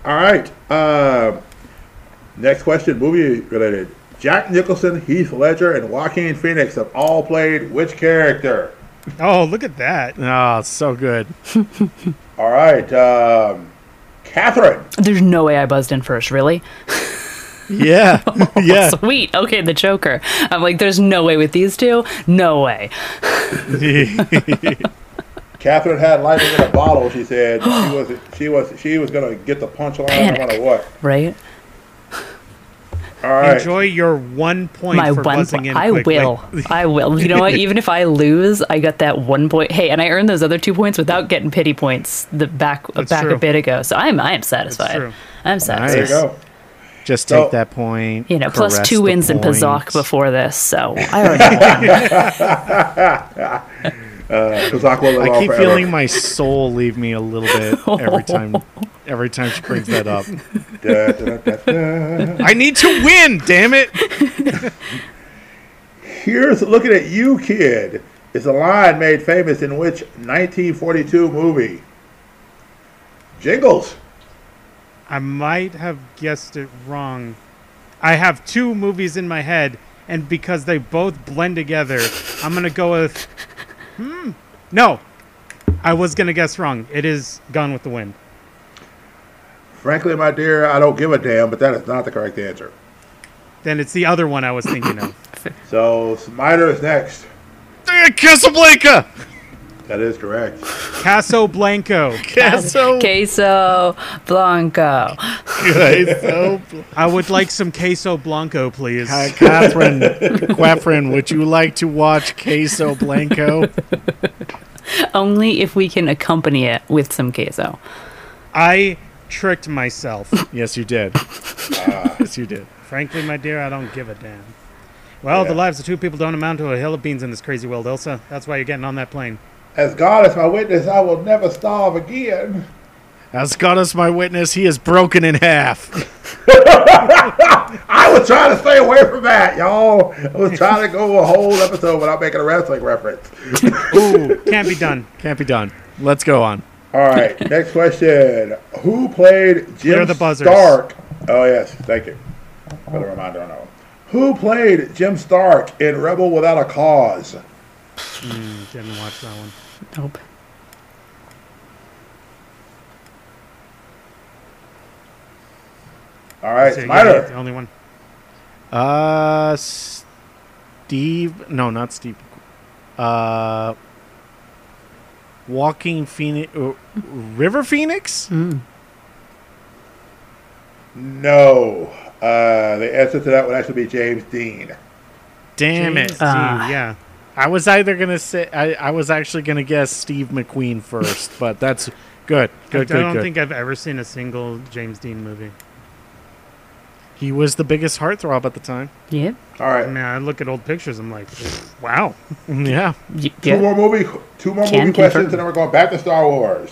S2: All right. Uh, next question, movie related. Jack Nicholson, Heath Ledger, and Joaquin Phoenix have all played which character?
S3: Oh, look at that.
S4: Ah, so good.
S2: All right. Um, Catherine.
S5: There's no way I buzzed in first, really?
S4: Yeah.
S3: Eh.
S4: yeah.
S5: Sweet. Okay, the Joker. I'm like, there's no way with these two. No way.
S2: Catherine had lightning in a bottle. She said she was she was she was gonna get the punchline no
S5: Panic.
S2: matter what.
S5: Right?
S2: All right.
S3: Enjoy your one point
S5: My
S3: for
S5: one
S3: buzzing
S5: point.
S3: in.
S5: I
S3: quickly.
S5: will. I will. You know what? Even if I lose, I got that one point. Hey, and I earned those other two points without getting pity points the back
S3: That's
S5: back
S3: true.
S5: a bit ago. So I'm I am satisfied.
S3: true.
S5: I'm
S2: there
S5: satisfied.
S2: you go.
S4: Just
S2: So-
S4: take that point.
S5: You know, plus
S4: caress
S5: two
S4: the
S5: wins in Pazak
S4: point.
S5: before this, so I already won.
S2: Kazak will live
S4: I
S2: on
S4: keep
S2: forever.
S4: feeling my soul leave me a little bit every time every time she brings that up.
S2: Da, da, da, da, da.
S4: I need to win, damn it.
S2: Here's looking at you, kid. Is a line made famous in which 1942 movie? Jingles.
S3: I might have guessed it wrong. I have two movies in my head, and because they both blend together, I'm gonna go with. Hmm. No, I was gonna guess wrong. It is Gone with the Wind.
S2: Frankly, my dear, I don't give a damn, but that is not the correct answer.
S3: Then it's the other one I was thinking of.
S2: So Smiter is next.
S4: Eh, Casablanca.
S2: That is correct.
S3: Casablanco.
S4: Caso.
S5: Queso Blanco.
S4: Queso.
S3: I would like some queso blanco, please.
S4: Uh, Catherine, Quafrin, would you like to watch Queso Blanco?
S5: Only if we can accompany it with some queso.
S3: I tricked myself.
S4: Yes, you did. yes, you did.
S3: Frankly, my dear, I don't give a damn. Well, the
S2: Yeah.
S3: lives of two people don't amount to a hill of beans in this crazy world, Ilsa. That's why you're getting on that plane.
S2: As God is my witness, I will never starve again.
S4: As God is my witness, he is broken in half.
S2: I was trying to stay away from that, y'all. I was trying to go a whole episode without making a wrestling reference.
S4: Ooh,
S3: Can't be done.
S4: can't be done. Let's go on.
S2: All right, next question. Who played
S3: Clear
S2: Jim
S3: the buzzers.
S2: Stark? Oh, yes, thank you for the reminder on that one. Who played Jim Stark in Rebel Without a Cause?
S3: Mm, Didn't watch that one.
S5: Nope.
S2: All right,
S3: So you're the
S2: Spider.
S3: only one.
S4: Uh, Steve. No, not Steve. Uh, Walking Phoenix. uh, River Phoenix?
S2: No. Uh, the answer to that would actually be James Dean.
S4: Damn
S3: James
S4: it.
S3: Dean,
S5: Ah.
S3: yeah.
S4: I was either going to say. I, I was actually going to guess Steve McQueen first, but that's good.
S3: I
S4: Good, good,
S3: don't
S4: good.
S3: think I've ever seen a single James Dean movie.
S4: he was the biggest heartthrob at the time.
S5: Yep.
S2: All right,
S3: I mean, I look at old pictures. I'm like, wow.
S4: Yeah.
S5: Y-
S2: two
S5: yeah.
S2: more movie, two more movie
S5: Can confirm.
S2: questions, and then we're going back to Star Wars.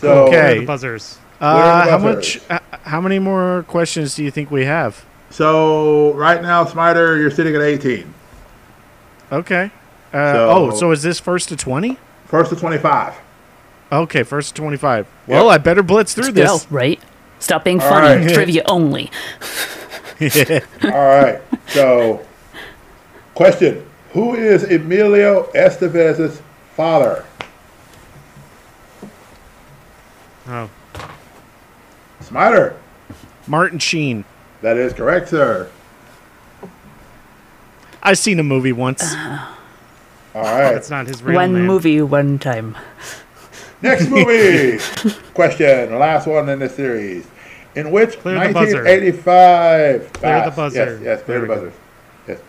S2: So,
S4: Okay.
S3: Where are
S4: Hey.
S3: the buzzers?
S4: Uh, how much?
S2: buzzers?
S4: Uh, how many more questions do you think we have?
S2: so right now, Spider, you're sitting at 18.
S4: Okay. Uh,
S2: So-
S4: oh, so is this first to twenty?
S2: First to 25.
S4: Okay, first to twenty-five. Well, I better blitz through
S5: Go,
S4: this.
S5: right? Stop being funny.
S4: right.
S5: Trivia only.
S2: All right. So, question: Who is Emilio Estevez's father?
S3: Oh,
S2: Smiter.
S4: Martin Sheen.
S2: That is correct, sir.
S4: I seen a movie once.
S2: All right.
S3: that's not his real
S5: One
S3: name.
S5: movie, one time.
S2: Next movie question. Last one in the series. In which
S3: Clear the buzzer.
S2: 1985?
S3: Clear the
S2: Pass.
S3: buzzer.
S2: Yes, yes. Clear
S3: There we
S2: the
S3: go.
S2: buzzer. Yes.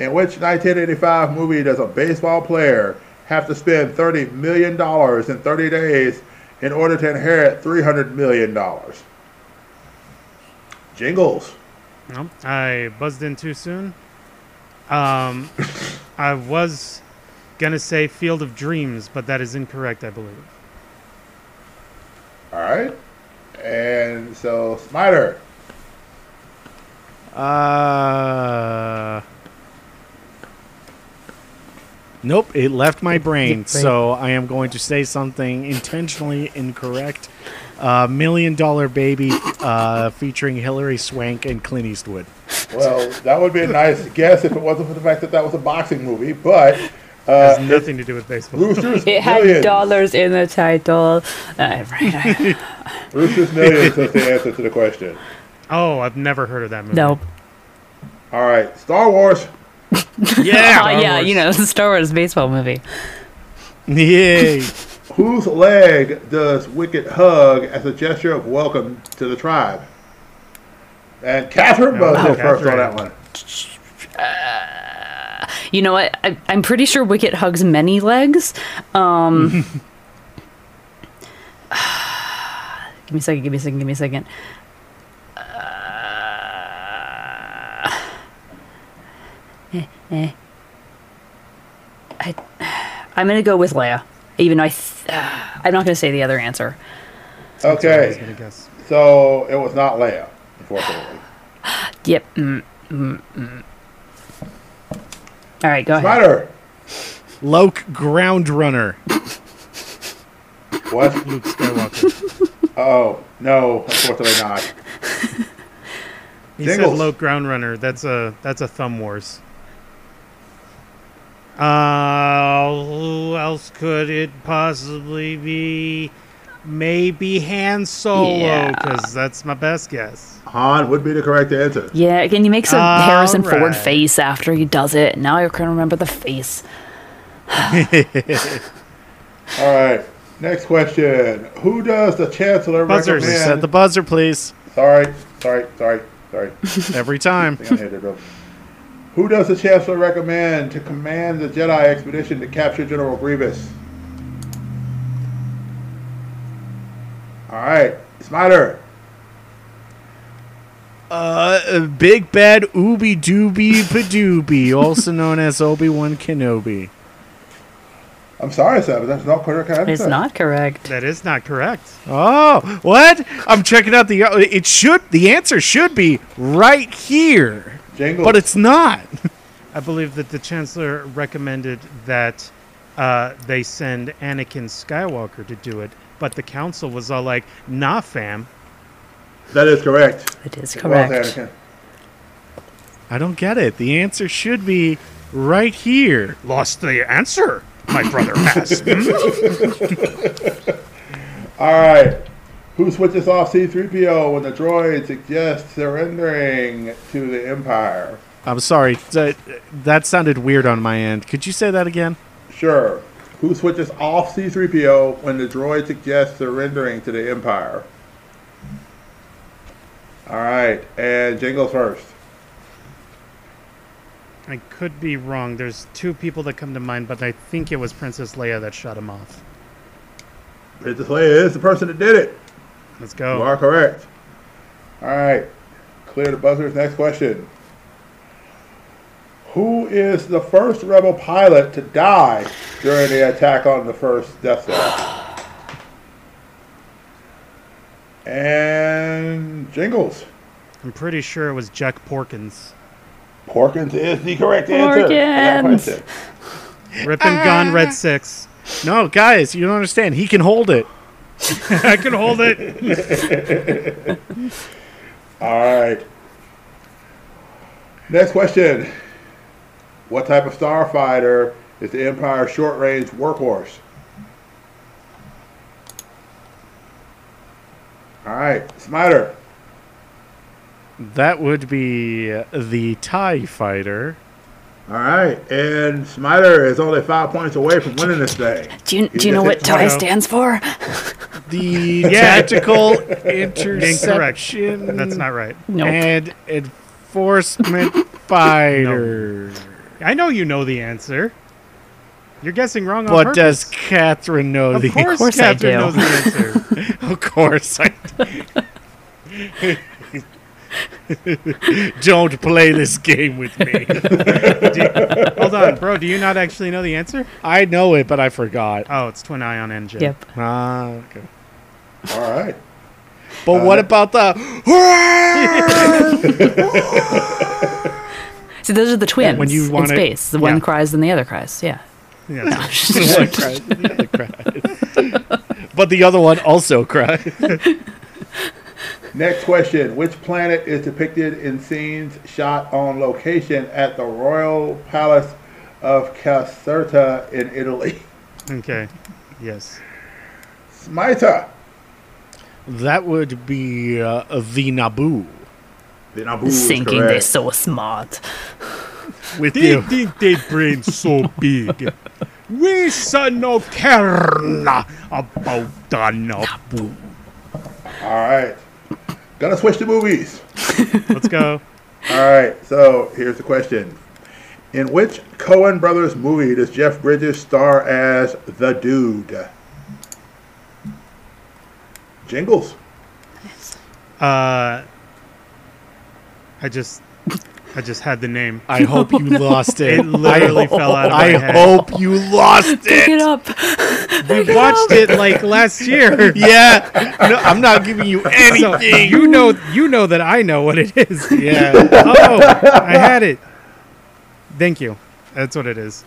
S2: In which 1985 movie does a baseball player have to spend 30 million dollars in 30 days in order to inherit 300 million dollars? Jingles.
S3: No, I buzzed in too soon. Um, I was gonna say Field of Dreams, but that is incorrect, I believe.
S2: All right. And so, Snyder,
S4: Uh, nope, it left my brain. So I am going to say something intentionally incorrect. Uh, Million Dollar Baby, uh, featuring Hilary Swank and Clint Eastwood.
S2: well, that would be a nice guess if it wasn't for the fact that that was a boxing movie, but
S3: It
S2: uh,
S3: has nothing to do with baseball.
S2: Rooster's
S5: It had
S2: Millions.
S5: dollars in the title. Uh, right.
S2: Rooster's Millions is the answer to the question.
S3: Oh, I've never heard of that movie.
S5: nope.
S2: All right. Star Wars.
S5: Yeah, Uh, yeah, you know, the Star Wars baseball movie.
S4: Yay!
S2: Whose leg does Wicket hug as a gesture of welcome to the tribe? And Catherine
S3: No,
S2: buzzed in
S3: Catherine.
S2: first on that one.
S5: You know what? I, I'm pretty sure Wicket hugs many legs. Um, give me a second. Give me a second. Give me a second. Uh, eh, eh. I, I'm gonna go with Leia, even though I th- uh, I'm not gonna say the other answer.
S3: I was
S2: Okay.
S3: gonna guess.
S2: So it was not Leia, unfortunately.
S5: Yep. Mm, mm, mm. All right, go ahead.
S2: Snyder.
S4: Loke Ground Runner.
S2: What?
S3: Luke Skywalker.
S2: Oh, no, unfortunately not.
S3: He said
S2: Jingles.
S3: low ground runner. That's a that's a thumb wars. Uh, who else could it possibly be? Maybe Han Solo,
S5: Yeah.
S3: because that's my best guess.
S2: Han would be the correct answer.
S5: Yeah, can you make some Harrison
S3: Alright.
S5: Ford face after he does it? Now I can remember the face.
S2: All right. Next question. Who does the chancellor
S3: Buzzers.
S2: recommend?
S4: Set the buzzer, please.
S2: sorry, sorry, sorry, sorry.
S4: Every time.
S2: Hang on here, there, bro. Who does the chancellor recommend to command the Jedi expedition to capture General Grievous? All right, Smiler.
S4: Uh, Big Bad Ooby Dooby Badooby, also known as Obi Wan Kenobi.
S2: I'm sorry, sir, but that's not correct answer.
S5: It's not correct.
S3: That is not correct.
S4: Oh, what? I'm checking out the. It should. The answer should be right here,
S2: Jingle.
S4: but it's not.
S3: I believe that the Chancellor recommended that uh, they send Anakin Skywalker to do it, but the Council was all like, nah, fam.
S2: that is correct.
S5: It is
S2: Well,
S5: correct.
S2: Anakin.
S4: I don't get it. The answer should be right here.
S3: Lost the answer, my brother has.
S2: All right. Who switches off C3PO when the droid suggests surrendering to the Empire?
S4: I'm sorry. That, that sounded weird on my end. Could you say that again?
S2: Sure. Who switches off C3PO when the droid suggests surrendering to the Empire? All right. And Jingle first.
S3: I could be wrong. There's two people that come to mind, but I think it was Princess Leia that shut him off.
S2: Princess Leia is the person that did it.
S3: Let's
S2: You
S3: go.
S2: are correct. All right. Clear the buzzers. Next question. Who is the first rebel pilot to die during the attack on the first Death Star? And Jingles.
S3: I'm pretty sure it was Jack Porkins.
S2: Porkins is the correct answer. for that
S5: Porkins.
S2: question.
S3: Rip and gone, Red Six.
S4: No, guys, you don't understand. He can hold it.
S3: I can hold it.
S2: All right. Next question. What type of starfighter is the Empire's short range workhorse? All right, Smiter.
S4: That would be the Tie Fighter.
S2: All right, and Smiter is only five points away from winning this thing.
S5: Do you, do
S2: just
S5: you know what
S2: hit one
S5: TIE
S2: out.
S5: stands for?
S4: The Tactical Interception.
S3: That's not right.
S5: Nope.
S4: And Enforcement Fighter.
S3: I know you know the answer. You're guessing wrong on
S4: But does
S3: purpose.
S4: Catherine know the
S3: of course,
S5: course I
S3: Catherine
S5: do.
S3: knows the answer.
S4: Of course I Don't play this game with me.
S3: Do you- hold on, bro. Do you not actually know the answer?
S4: I know it, but I forgot.
S3: Oh, it's twin ion engine.
S5: Yep.
S4: Ah, okay. Uh,
S2: All right.
S4: But what about the
S5: See, those are the twins
S4: when you
S5: in
S4: want it-
S5: space. The one
S4: yeah.
S5: cries and the other cries. Yeah.
S3: Yeah, it's-
S4: one cries, the other cries. But the other one also cried.
S2: Next question. Which planet is depicted in scenes shot on location at the Royal Palace of Caserta in Italy?
S3: Okay. Yes.
S2: Smiter.
S4: That would be uh, the Naboo.
S2: The Naboo is
S5: Thinking
S2: correct.
S5: they're so smart.
S4: With you.
S3: think they brain so big. We son no care about Danabu.
S2: All right. Gonna switch to movies.
S3: Let's go.
S2: All right. So here's the question: In which Cohen Brothers movie does Jeff Bridges star as the Dude? Jingles.
S3: Uh, I just, I just had the name.
S4: I hope you lost it.
S3: It literally fell out of my
S4: I
S3: head.
S4: hope you lost it.
S5: Pick it up.
S3: We watched it like last year.
S4: Yeah. No, I'm not giving you
S3: So
S4: anything.
S3: you know, you know that I know what it is.
S4: yeah.
S3: Oh, I had it. Thank you. That's what it is.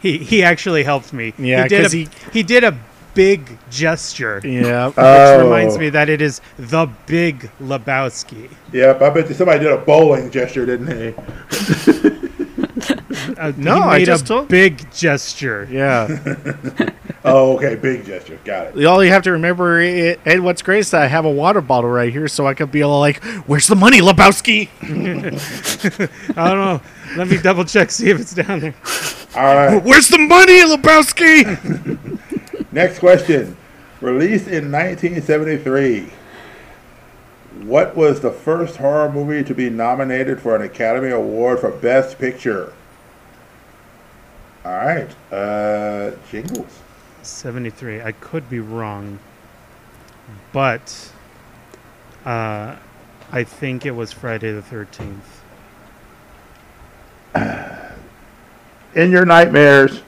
S3: He he actually helped me.
S4: Yeah,
S3: he did a,
S4: 'cause he-
S3: he did a big gesture, which
S4: Yeah.
S2: Oh.
S3: reminds me that it is the Big Lebowski.
S2: Yep. I bet you somebody did a bowling gesture, didn't he?
S3: Uh,
S4: No,
S3: he made
S4: I just
S3: a
S4: told-
S3: big gesture.
S4: yeah.
S2: Oh, okay. Big gesture. Got it.
S4: All you have to remember, i and what's great is that I have a water bottle right here, so I could be all like, "Where's the money, Lebowski?"
S3: I don't know. Let me double check see if it's down there.
S2: All right.
S4: Where's the money, Lebowski?
S2: Next question. Released in 1973, what was the first horror movie to be nominated for an Academy Award for Best Picture? All right, uh, Jingles.
S3: 73. I could be wrong, but uh, I think it was Friday the 13th.
S2: In your nightmares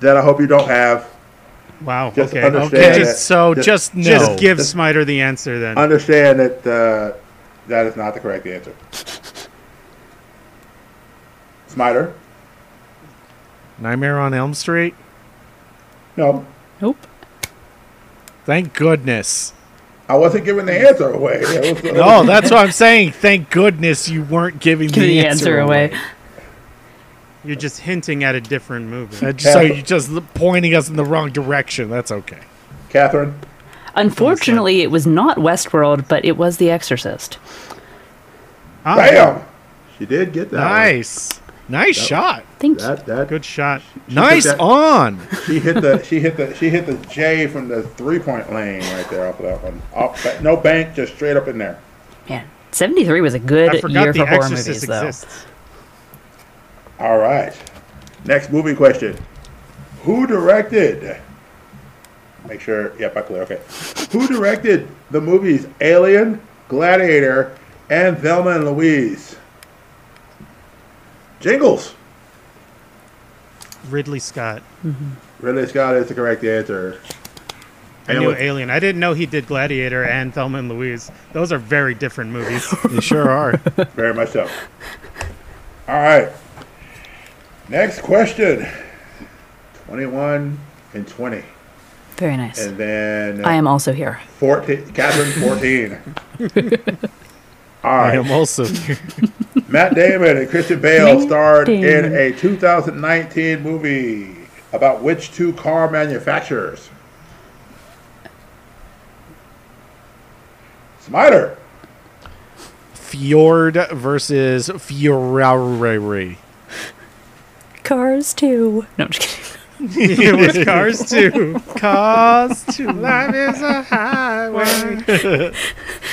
S2: that I hope you don't have.
S3: Wow.
S2: Just
S3: okay.
S2: understand
S4: Okay,
S2: that-
S4: just- so
S2: that-
S4: just no.
S3: Just give Smiter the answer then.
S2: Understand that uh, that is not the correct answer. Smiter?
S4: Nightmare on Elm Street.
S2: No.
S5: Nope.
S4: Thank goodness.
S2: I wasn't giving the answer away. That was-
S4: No, that's what I'm saying. Thank goodness you weren't giving
S5: Give the answer away.
S3: You're just hinting at a different movie.
S4: Uh, So you're just l- pointing us in the wrong direction. That's okay.
S2: Catherine?
S5: Unfortunately, it was not Westworld, but it was The Exorcist.
S3: Ah,
S2: Bam! She did get that. one.
S4: Nice. Nice shot.
S5: Thank you.
S2: That that
S3: Good shot.
S4: Nice
S2: that-
S4: on.
S2: she hit the she hit the she hit the J from the three point lane right there off of that one. Off that, no bank, just straight up in there.
S5: Man, 73 was a good
S3: I
S5: year
S3: forgot
S5: for
S3: The
S5: horror
S3: Exorcist
S5: movies, though.
S3: exists.
S2: All right. Next movie question. Who directed? Make sure. Yep, I clear. Okay. Who directed the movies Alien, Gladiator, and Thelma and Louise? Jingles.
S3: Ridley Scott.
S2: Ridley Scott is the correct answer.
S3: I knew
S2: Anyway.
S3: Alien. I didn't know he did Gladiator and Thelma and Louise. Those are very different movies.
S4: You sure are.
S2: Very much so. All right. Next question. 21 and 20.
S5: Very nice.
S2: And then
S5: I am also here.
S2: 14, Catherine 14. All
S4: I
S2: right.
S4: am also.
S2: Matt Damon and Christian Bale
S5: Matt
S2: starred in
S5: Damon.
S2: a 2019 movie about which two car manufacturers? Smiter.
S4: Fjord versus Fiorari.
S5: Cars too. No, I'm just kidding.
S3: it was Cars too.
S4: Cause to life is a highway.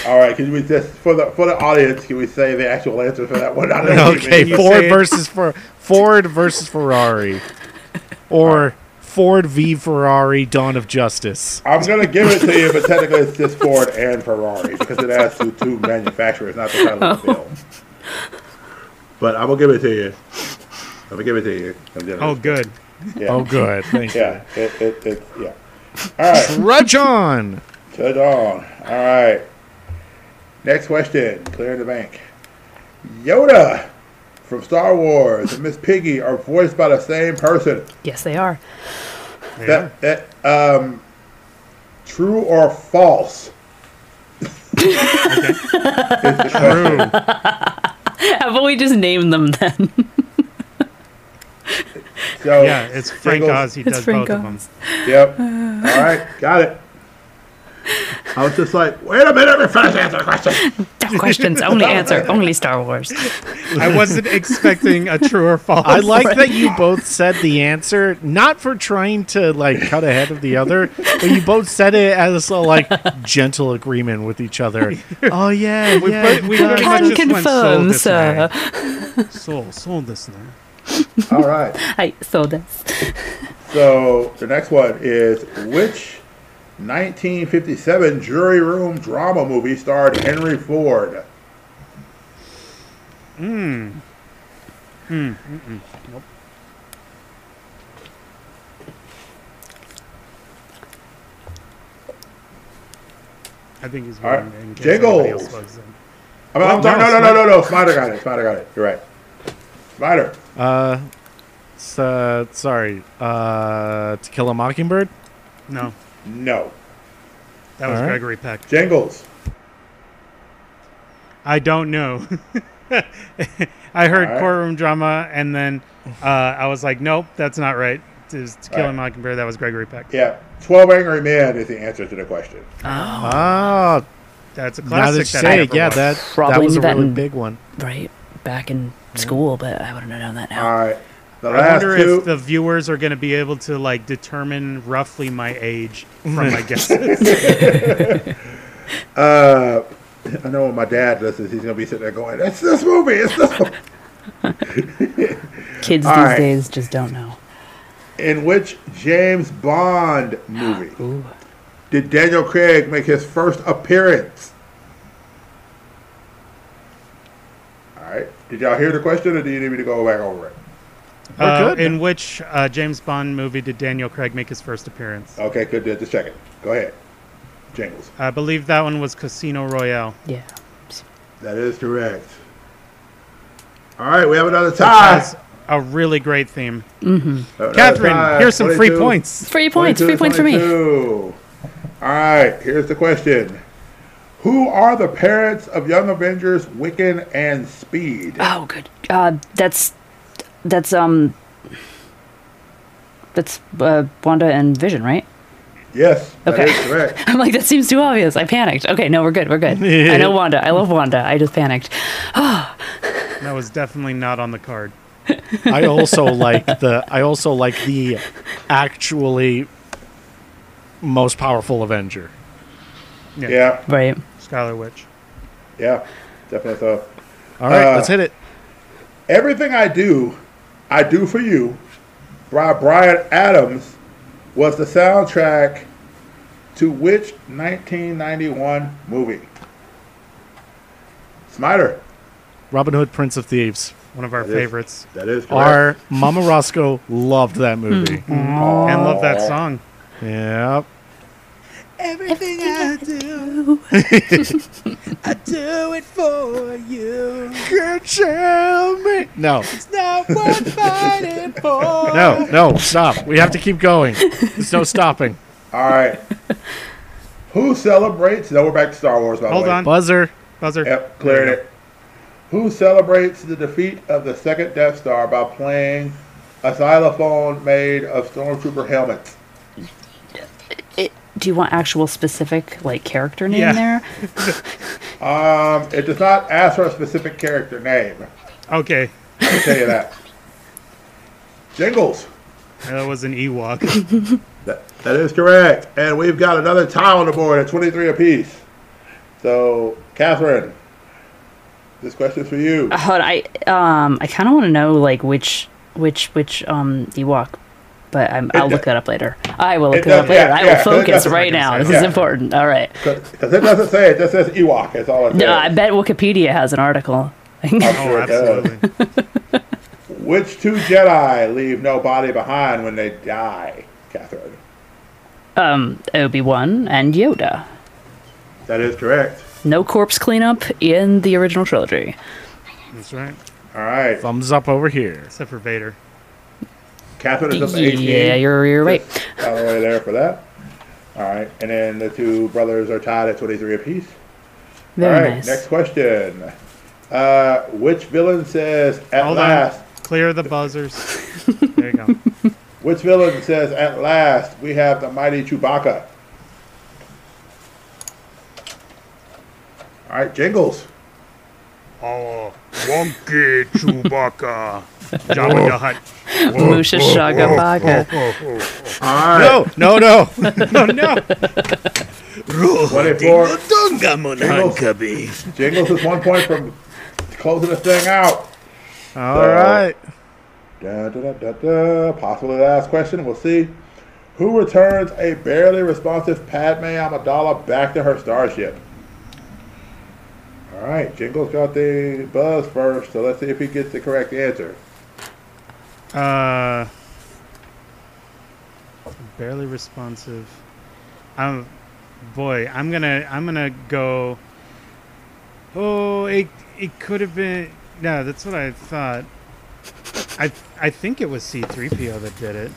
S2: All right, can we just for the for the audience? Can we say the actual answer for that one? I know what you
S4: Okay,
S2: mean.
S4: Ford
S3: say it?
S4: versus for Ford versus Ferrari, or Ford v Ferrari: Dawn of Justice.
S2: I'm gonna give it to you, but technically it's just Ford and Ferrari because it has two, two manufacturers, not the title of the film. But I'm gonna give it to you. I'm gonna give it to you. I'm generous.
S3: Oh, good.
S2: Yeah.
S4: Oh, good. Thank you.
S2: Yeah. It, it, it, yeah. All right.
S4: Trudge on.
S2: Judge on. All right. Next question. Clear the bank. Yoda from Star Wars and Miss Piggy are voiced by the same person.
S5: Yes, they are.
S2: That, that um, true or false? Is the question.
S3: True.
S5: How about we just name them then?
S2: So,
S3: Yeah, it's Frank
S2: Jingles.
S3: Oz. He
S5: It's
S3: does
S5: Frank
S3: both of them.
S5: Oz.
S2: Yep. All right. Got it. I was just like, wait a minute, let me finish answering the question.
S5: Tough questions. Only answer. Only Star Wars.
S3: I wasn't expecting a true or false.
S4: I like that you both said the answer, not for trying to like cut ahead of the other, but you both said it as a like gentle agreement with each other. Oh yeah,
S3: We,
S4: yeah.
S3: pretty- we pretty much
S5: Can
S3: just went soul
S5: confirm,
S3: this
S5: sir.
S3: night. Soul, soul this night.
S2: All right.
S5: I saw this.
S2: So the next one is which 1957 jury room drama movie starred Henry Ford?
S3: I think he's
S2: All right.
S3: winning. in case anybody else
S2: Jingles.
S3: plugs in.
S2: I mean, I'm
S4: What?
S2: sorry, no, no,
S4: No,
S2: no, no, no, Spider got it. Spider got it. You're right. Spider.
S4: Uh, s- uh, sorry. Uh, To Kill a Mockingbird.
S3: No,
S2: No.
S3: that was
S4: All right.
S3: Gregory Peck.
S2: Jingles.
S3: I don't know. I heard
S2: All right.
S3: courtroom drama, and then uh, I was like, nope, that's not right. It was To Kill
S2: All
S3: a Mockingbird. That was Gregory Peck.
S2: Yeah. Twelve Angry Men is the answer to the question.
S4: Oh,
S3: That's a
S4: now that you
S3: classic. That I
S4: say it,
S3: never
S4: yeah,
S3: watched.
S4: that that
S5: Probably
S4: was a
S5: that
S4: really
S5: and-
S4: big one.
S5: Right back in school, but I wouldn't have known that now.
S2: All right. The
S3: I
S2: last
S3: wonder
S2: two.
S3: if the viewers are going to be able to like determine roughly my age from my guesses.
S2: uh, I know when my dad listens, he's gonna be sitting there going, "It's this movie. It's this." Movie.
S5: Kids
S2: All
S5: these
S2: right.
S5: days just don't know.
S2: In which James Bond movie did Daniel Craig make his first appearance? Did y'all hear the question, or do you need me to go back over it?
S3: Uh,
S4: good.
S3: in which uh, James Bond movie did Daniel Craig make his first appearance?
S2: Okay, good. Just a second. Go ahead. Jingles.
S3: I believe that one was Casino Royale.
S5: Yeah.
S2: That is correct. All right, we have another tie.
S3: That's a really great theme.
S2: Another
S3: Catherine,
S2: tie.
S3: here's some free
S2: 22.
S3: points.
S5: Free points. Free points for me.
S2: 22. All right, here's the question. Who are the parents of Young Avengers, Wiccan, and Speed?
S5: Oh, good. Uh, that's that's um that's uh, Wanda and Vision, right?
S2: Yes, that
S5: Okay.
S2: is correct.
S5: I'm like, that seems too obvious. I panicked. Okay, no, we're good. We're good. I know Wanda. I love Wanda. I just panicked.
S3: That was definitely not on the card.
S4: I also like the I also like the actually most powerful Avenger.
S2: Yeah,
S5: Right.
S3: Skylar Witch.
S2: yeah, definitely so.
S4: All right,
S2: Uh,
S4: let's hit it.
S2: Everything I do, I do for you. By Brian Adams was the soundtrack to which 1991 movie? Smiter.
S4: Robin Hood, Prince of Thieves.
S3: One of our
S2: That is-
S3: favorites.
S2: That is correct.
S4: Our Mama Roscoe loved
S5: Hmm.
S4: that movie.
S3: And love that song.
S4: Yep.
S8: Everything I do, I do it for you.
S4: Girl, tell me. No,
S8: It's not worth fighting for.
S4: no, no, stop. We have to keep going. There's no stopping.
S2: All right. Who celebrates? No, we're back to Star Wars. By the
S3: Hold
S2: way.
S3: on.
S4: Buzzer.
S3: Buzzer.
S2: Yep, cleared it. Who celebrates the defeat of the second Death Star by playing a xylophone made of stormtrooper helmets?
S5: It, do you want actual specific like character name
S3: Yeah.
S5: there?
S2: Um, it does not ask for a specific character name.
S3: Okay.
S2: I'll tell you that. Jingles.
S3: That was an Ewok.
S2: That, that is correct. And we've got another tie on the board at 23 apiece. So, Catherine, this question's for you.
S5: Hold on, I um I kind of want to know like which which which um Ewok, but I'm, I'll look that up later. I will look
S2: It
S5: it up
S2: does-
S5: later.
S2: yeah,
S5: I
S2: yeah,
S5: will
S2: it
S5: focus
S2: doesn't
S5: right
S2: make
S5: now.
S2: sense.
S5: This is
S2: Yeah.
S5: important. All right.
S2: Because it doesn't say, it just says Ewok. That's all it says.
S5: No, I bet Wikipedia has an article.
S2: I'm
S3: Oh,
S2: sure it does.
S3: absolutely.
S2: Which two Jedi leave no body behind when they die, Catherine?
S5: Um,
S2: Uh,
S5: Obi Wan and Yoda.
S2: That is correct.
S5: No corpse cleanup in the original trilogy.
S3: That's right.
S2: All right.
S4: Thumbs up over here.
S3: Except for Vader.
S2: Catherine is up to 18.
S5: Yeah, you're you're right.
S2: Out of the way there for that. All right. And then the two brothers are tied at 23 apiece.
S5: Very
S2: All right.
S5: nice.
S2: Next question. Uh, which villain says, at
S3: Hold
S2: last,
S3: on. Clear the buzzers. There you go.
S2: which villain says, at last, we have the mighty Chewbacca? All right. Jingles.
S7: Our wonky Chewbacca.
S3: Jabba the Hutt.
S5: Musha Shaga Baka.
S2: All right.
S4: No,
S3: Oh,
S4: no, no.
S2: 24.
S8: Dungamun
S2: Jingles is one point from closing this thing out.
S4: All right.
S2: Da, da, da, da, da. Possibly last question. We'll see. Who returns a barely responsive Padme Amidala back to her starship? All right, Jingles got the buzz first, so let's see if he gets the correct answer.
S3: Uh, barely responsive. I'm, boy, I'm gonna, I'm gonna go. Oh, it, it could have been. No, that's what I thought. I, I think it was C-3PO that did it.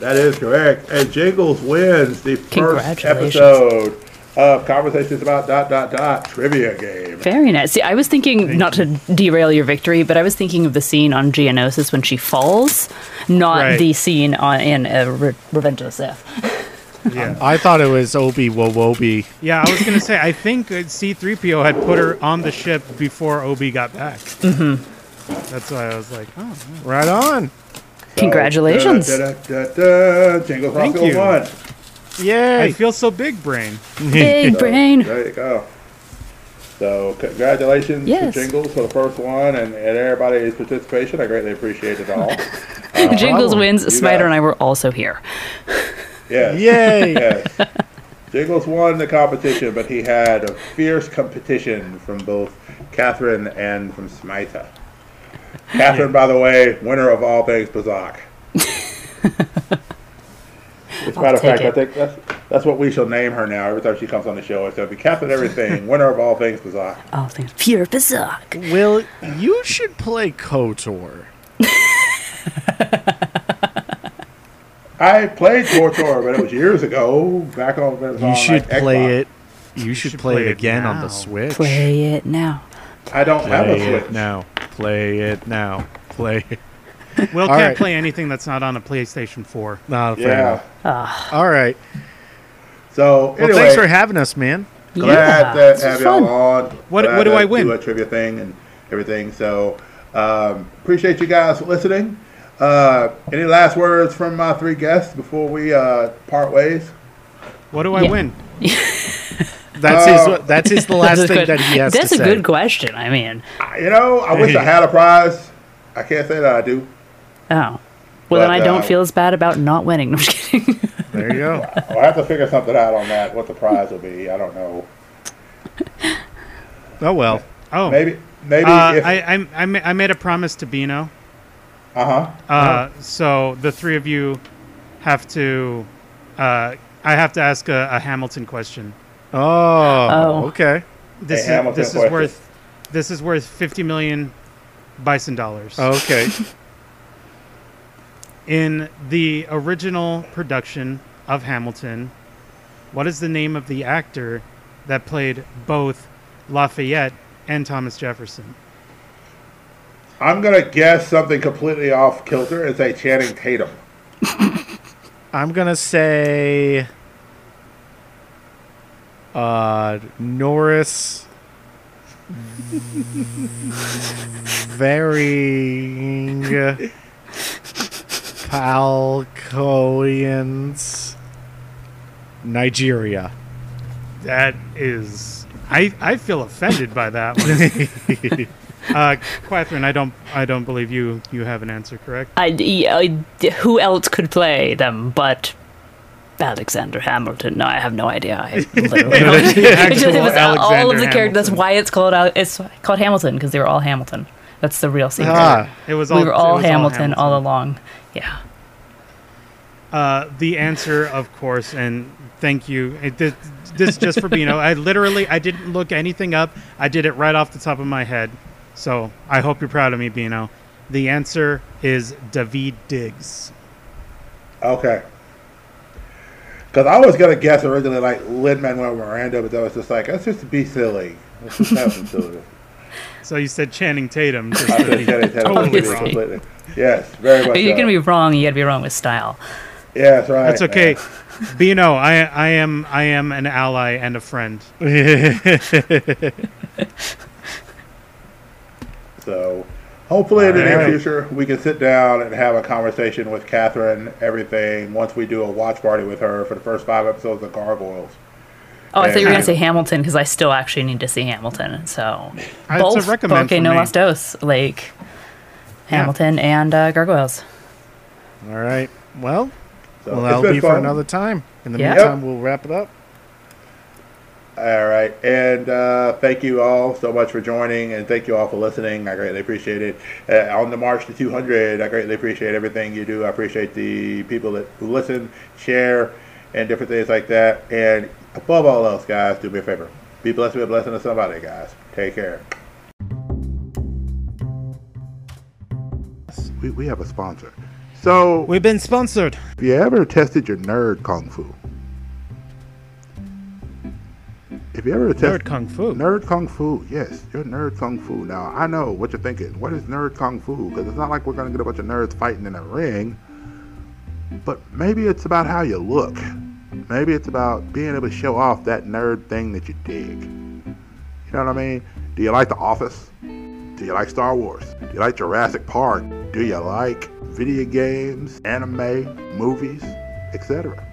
S2: That is correct. And Jingles wins the first
S5: Congratulations.
S2: episode of Conversations About Dot Dot Dot Trivia Game.
S5: Very nice. See, I was thinking not to derail your victory, but I was thinking of the scene on Geonosis when she falls, not
S3: Right.
S5: the scene on in uh, Re- Revenge of the Sith.
S3: Yeah,
S4: I thought it was Obi Wowobi.
S3: Um, yeah. I was gonna say I think uh, C-3PO had put her on the ship before Obi got back. Mm-hmm. That's why I was like, oh,
S4: Right on.
S5: Congratulations.
S2: Da, da, da, da. Jingles
S3: Thank
S2: Roscoe
S3: you.
S2: won.
S3: I
S4: Yay.
S3: feel so big brain.
S5: Big brain.
S2: There you go. So congratulations
S5: Yes.
S2: to Jingles for the first one and, and everybody's participation. I greatly appreciate it all.
S5: Jingles wins.
S2: got it.
S5: Spider and I were also here.
S2: Yes.
S4: Yay.
S2: Yes. Jingles won the competition, but he had a fierce competition from both Catherine and from Smita. Catherine, by the way, winner of all things Pazak. As a matter of
S5: take
S2: fact, I
S5: it.
S2: think that's, that's what we shall name her now. Every time she comes on the show, it's going to be Catherine Everything, winner of all things Pazak.
S5: All things pure berserk.
S4: Will, you should play KOTOR.
S2: I played Tortor, but it was years ago. Back on when it was
S4: You
S2: on,
S4: should
S2: Uh, like, Xbox.
S4: play it. You should, play,
S3: play
S4: it
S3: it
S4: again on
S3: now.
S4: the Switch.
S5: Play it now.
S2: I don't have a
S4: Play
S2: Switch.
S4: it now. Play it now. Play it.
S3: Will
S4: All
S3: can't
S4: right.
S3: play anything that's not on a PlayStation 4.
S4: Nah, fair
S2: Yeah.
S4: enough. All right.
S2: So
S4: Well,
S2: anyway,
S4: thanks for having us, man.
S2: glad
S5: Yeah,
S2: to
S5: this
S2: have
S5: was
S2: y'all
S5: fun.
S2: on.
S3: What-
S2: Glad
S3: what do
S2: to
S3: I win?
S2: Do a trivia thing and everything. So um, appreciate you guys listening. Uh, any last words from my three guests before we uh, part ways?
S3: What do I
S5: Yeah.
S3: win?
S4: That's
S2: Oh.
S4: his. That's his. The last
S5: That's a
S4: thing
S5: good-
S4: that he has
S5: That's
S4: to
S5: a
S4: say.
S5: good question. I mean,
S2: I- You know, I wish I had a prize. I can't say that I do.
S5: oh. Well,
S2: But,
S5: then I don't
S2: uh,
S5: feel as bad about not winning. I'm just kidding.
S4: There you go.
S2: I'll have to figure something out on that. What the prize will be, I don't know.
S4: Oh well.
S3: Oh,
S2: Maybe, maybe
S3: Uh,
S2: if
S3: I, I, I, ma- I made a promise to Bino.
S2: uh huh.
S3: Uh,
S4: Oh.
S3: So the three of you have to. Uh, I have to ask a, a Hamilton question.
S4: Oh.
S5: Oh.
S4: Okay.
S3: This is
S2: Hamilton
S3: this is
S2: question.
S3: worth this is worth fifty million bison dollars.
S4: Okay.
S3: In the original production of Hamilton, what is the name of the actor that played both Lafayette and Thomas Jefferson?
S2: I'm gonna guess something completely off kilter and say Channing Tatum.
S4: I'm gonna say. Uh, Norris. Varying. Palcoians. Nigeria.
S3: That is, I, I feel offended by that one. uh, Catherine, I don't I don't believe you you have an answer, correct?
S5: I, I- e, who else could play them but Alexander Hamilton? No, I have no idea. I literally don't. It's just- it was all of the characters. That's why it's called Al- it's called Hamilton because they were all Hamilton. That's the real secret.
S4: Ah.
S3: It was all,
S5: we were
S3: it
S5: all
S3: was
S5: Hamilton, all along. Yeah.
S3: Uh, the answer, of course, and thank you. It, this, this is just for Bino. I literally, I didn't look anything up. I did it right off the top of my head. So I hope you're proud of me, Bino. The answer is David Diggs.
S2: Okay. Because I was gonna guess originally like Lin Manuel Miranda, but that was just like let's just be silly. Let's just have some silly.
S3: So you said Channing Tatum. Just
S2: I
S3: to
S2: said
S3: be
S2: Channing Tatum
S3: totally
S2: completely,
S5: wrong.
S3: wrong.
S2: completely. Yes, very much.
S5: If you're
S2: so.
S5: gonna be wrong, you gotta be wrong with style.
S2: Yes, right.
S3: That's okay.
S2: man.
S3: Bino, I, I am I am an ally and a friend.
S2: So hopefully in the near
S4: Alright.
S2: future we can sit down and have a conversation with Catherine. Everything once we do a watch party with her for the first five episodes of Gargoyles.
S5: Oh, I thought you were
S2: Yeah.
S5: gonna say Hamilton because I still actually need to see Hamilton. So
S3: a
S5: both
S3: recommend
S5: Porque
S3: for
S5: no
S3: me.
S5: Las Dos, like Hamilton and uh, Gargoyles.
S4: All right. Well,
S2: So
S4: well,
S2: it's
S4: that'll
S2: been
S4: be for
S2: fun.
S4: another time. In the
S5: Yeah.
S4: meantime, we'll wrap it up.
S2: All right. And uh, thank you all so much for joining and thank you all for listening. I greatly appreciate it. Uh, on the March to 200, I greatly appreciate everything you do. I appreciate the people that who listen, share, and different things like that. And above all else, guys, do me a favor. Be blessed with a blessing to somebody, guys. Take care. We, we have a sponsor. So,
S3: We've been sponsored.
S2: have you ever tested your nerd kung fu? If you ever
S3: Nerd
S2: tested
S3: Kung Fu.
S2: Nerd Kung Fu, yes, you're Nerd Kung Fu. Now, I know what you're thinking. What is Nerd Kung Fu? Because it's not like we're going to get a bunch of nerds fighting in a ring. But maybe it's about how you look. Maybe it's about being able to show off that nerd thing that you dig. You know what I mean? Do you like The Office? Do you like Star Wars? Do you like Jurassic Park? Do you like video games, anime, movies, etc.?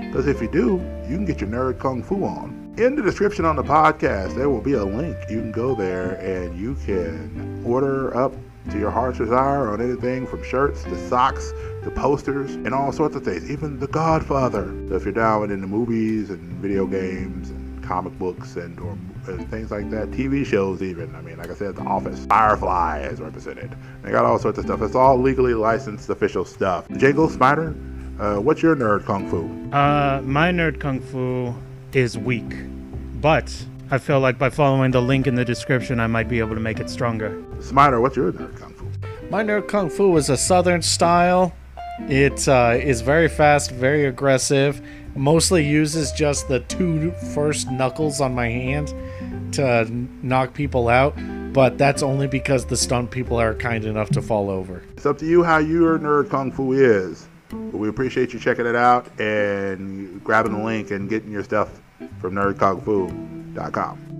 S2: Because if you do, you can get your Nerd Kung Fu on. In the description on the podcast, there will be a link. You can go there and you can order up to your heart's desire on anything from shirts to socks to posters and all sorts of things, even The Godfather. So if you're down in the movies and video games and comic books and or uh, things like that, TV shows even. I mean, like I said, The Office, Firefly is represented. They got all sorts of stuff. It's all legally licensed official stuff. Jago Spider, uh, what's your nerd kung fu?
S3: Uh, my nerd kung fu is weak, but I feel like by following the link in the description, I might be able to make it stronger.
S2: Spider, what's your nerd kung fu?
S4: My nerd kung fu is a southern style. It uh, is very fast, very aggressive. Mostly uses just the two first knuckles on my hand to knock people out, but that's only because the stunned people are kind enough to fall over.
S2: It's up to you how your nerd kung fu is. But we appreciate you checking it out and grabbing the link and getting your stuff from nerdkungfu.com.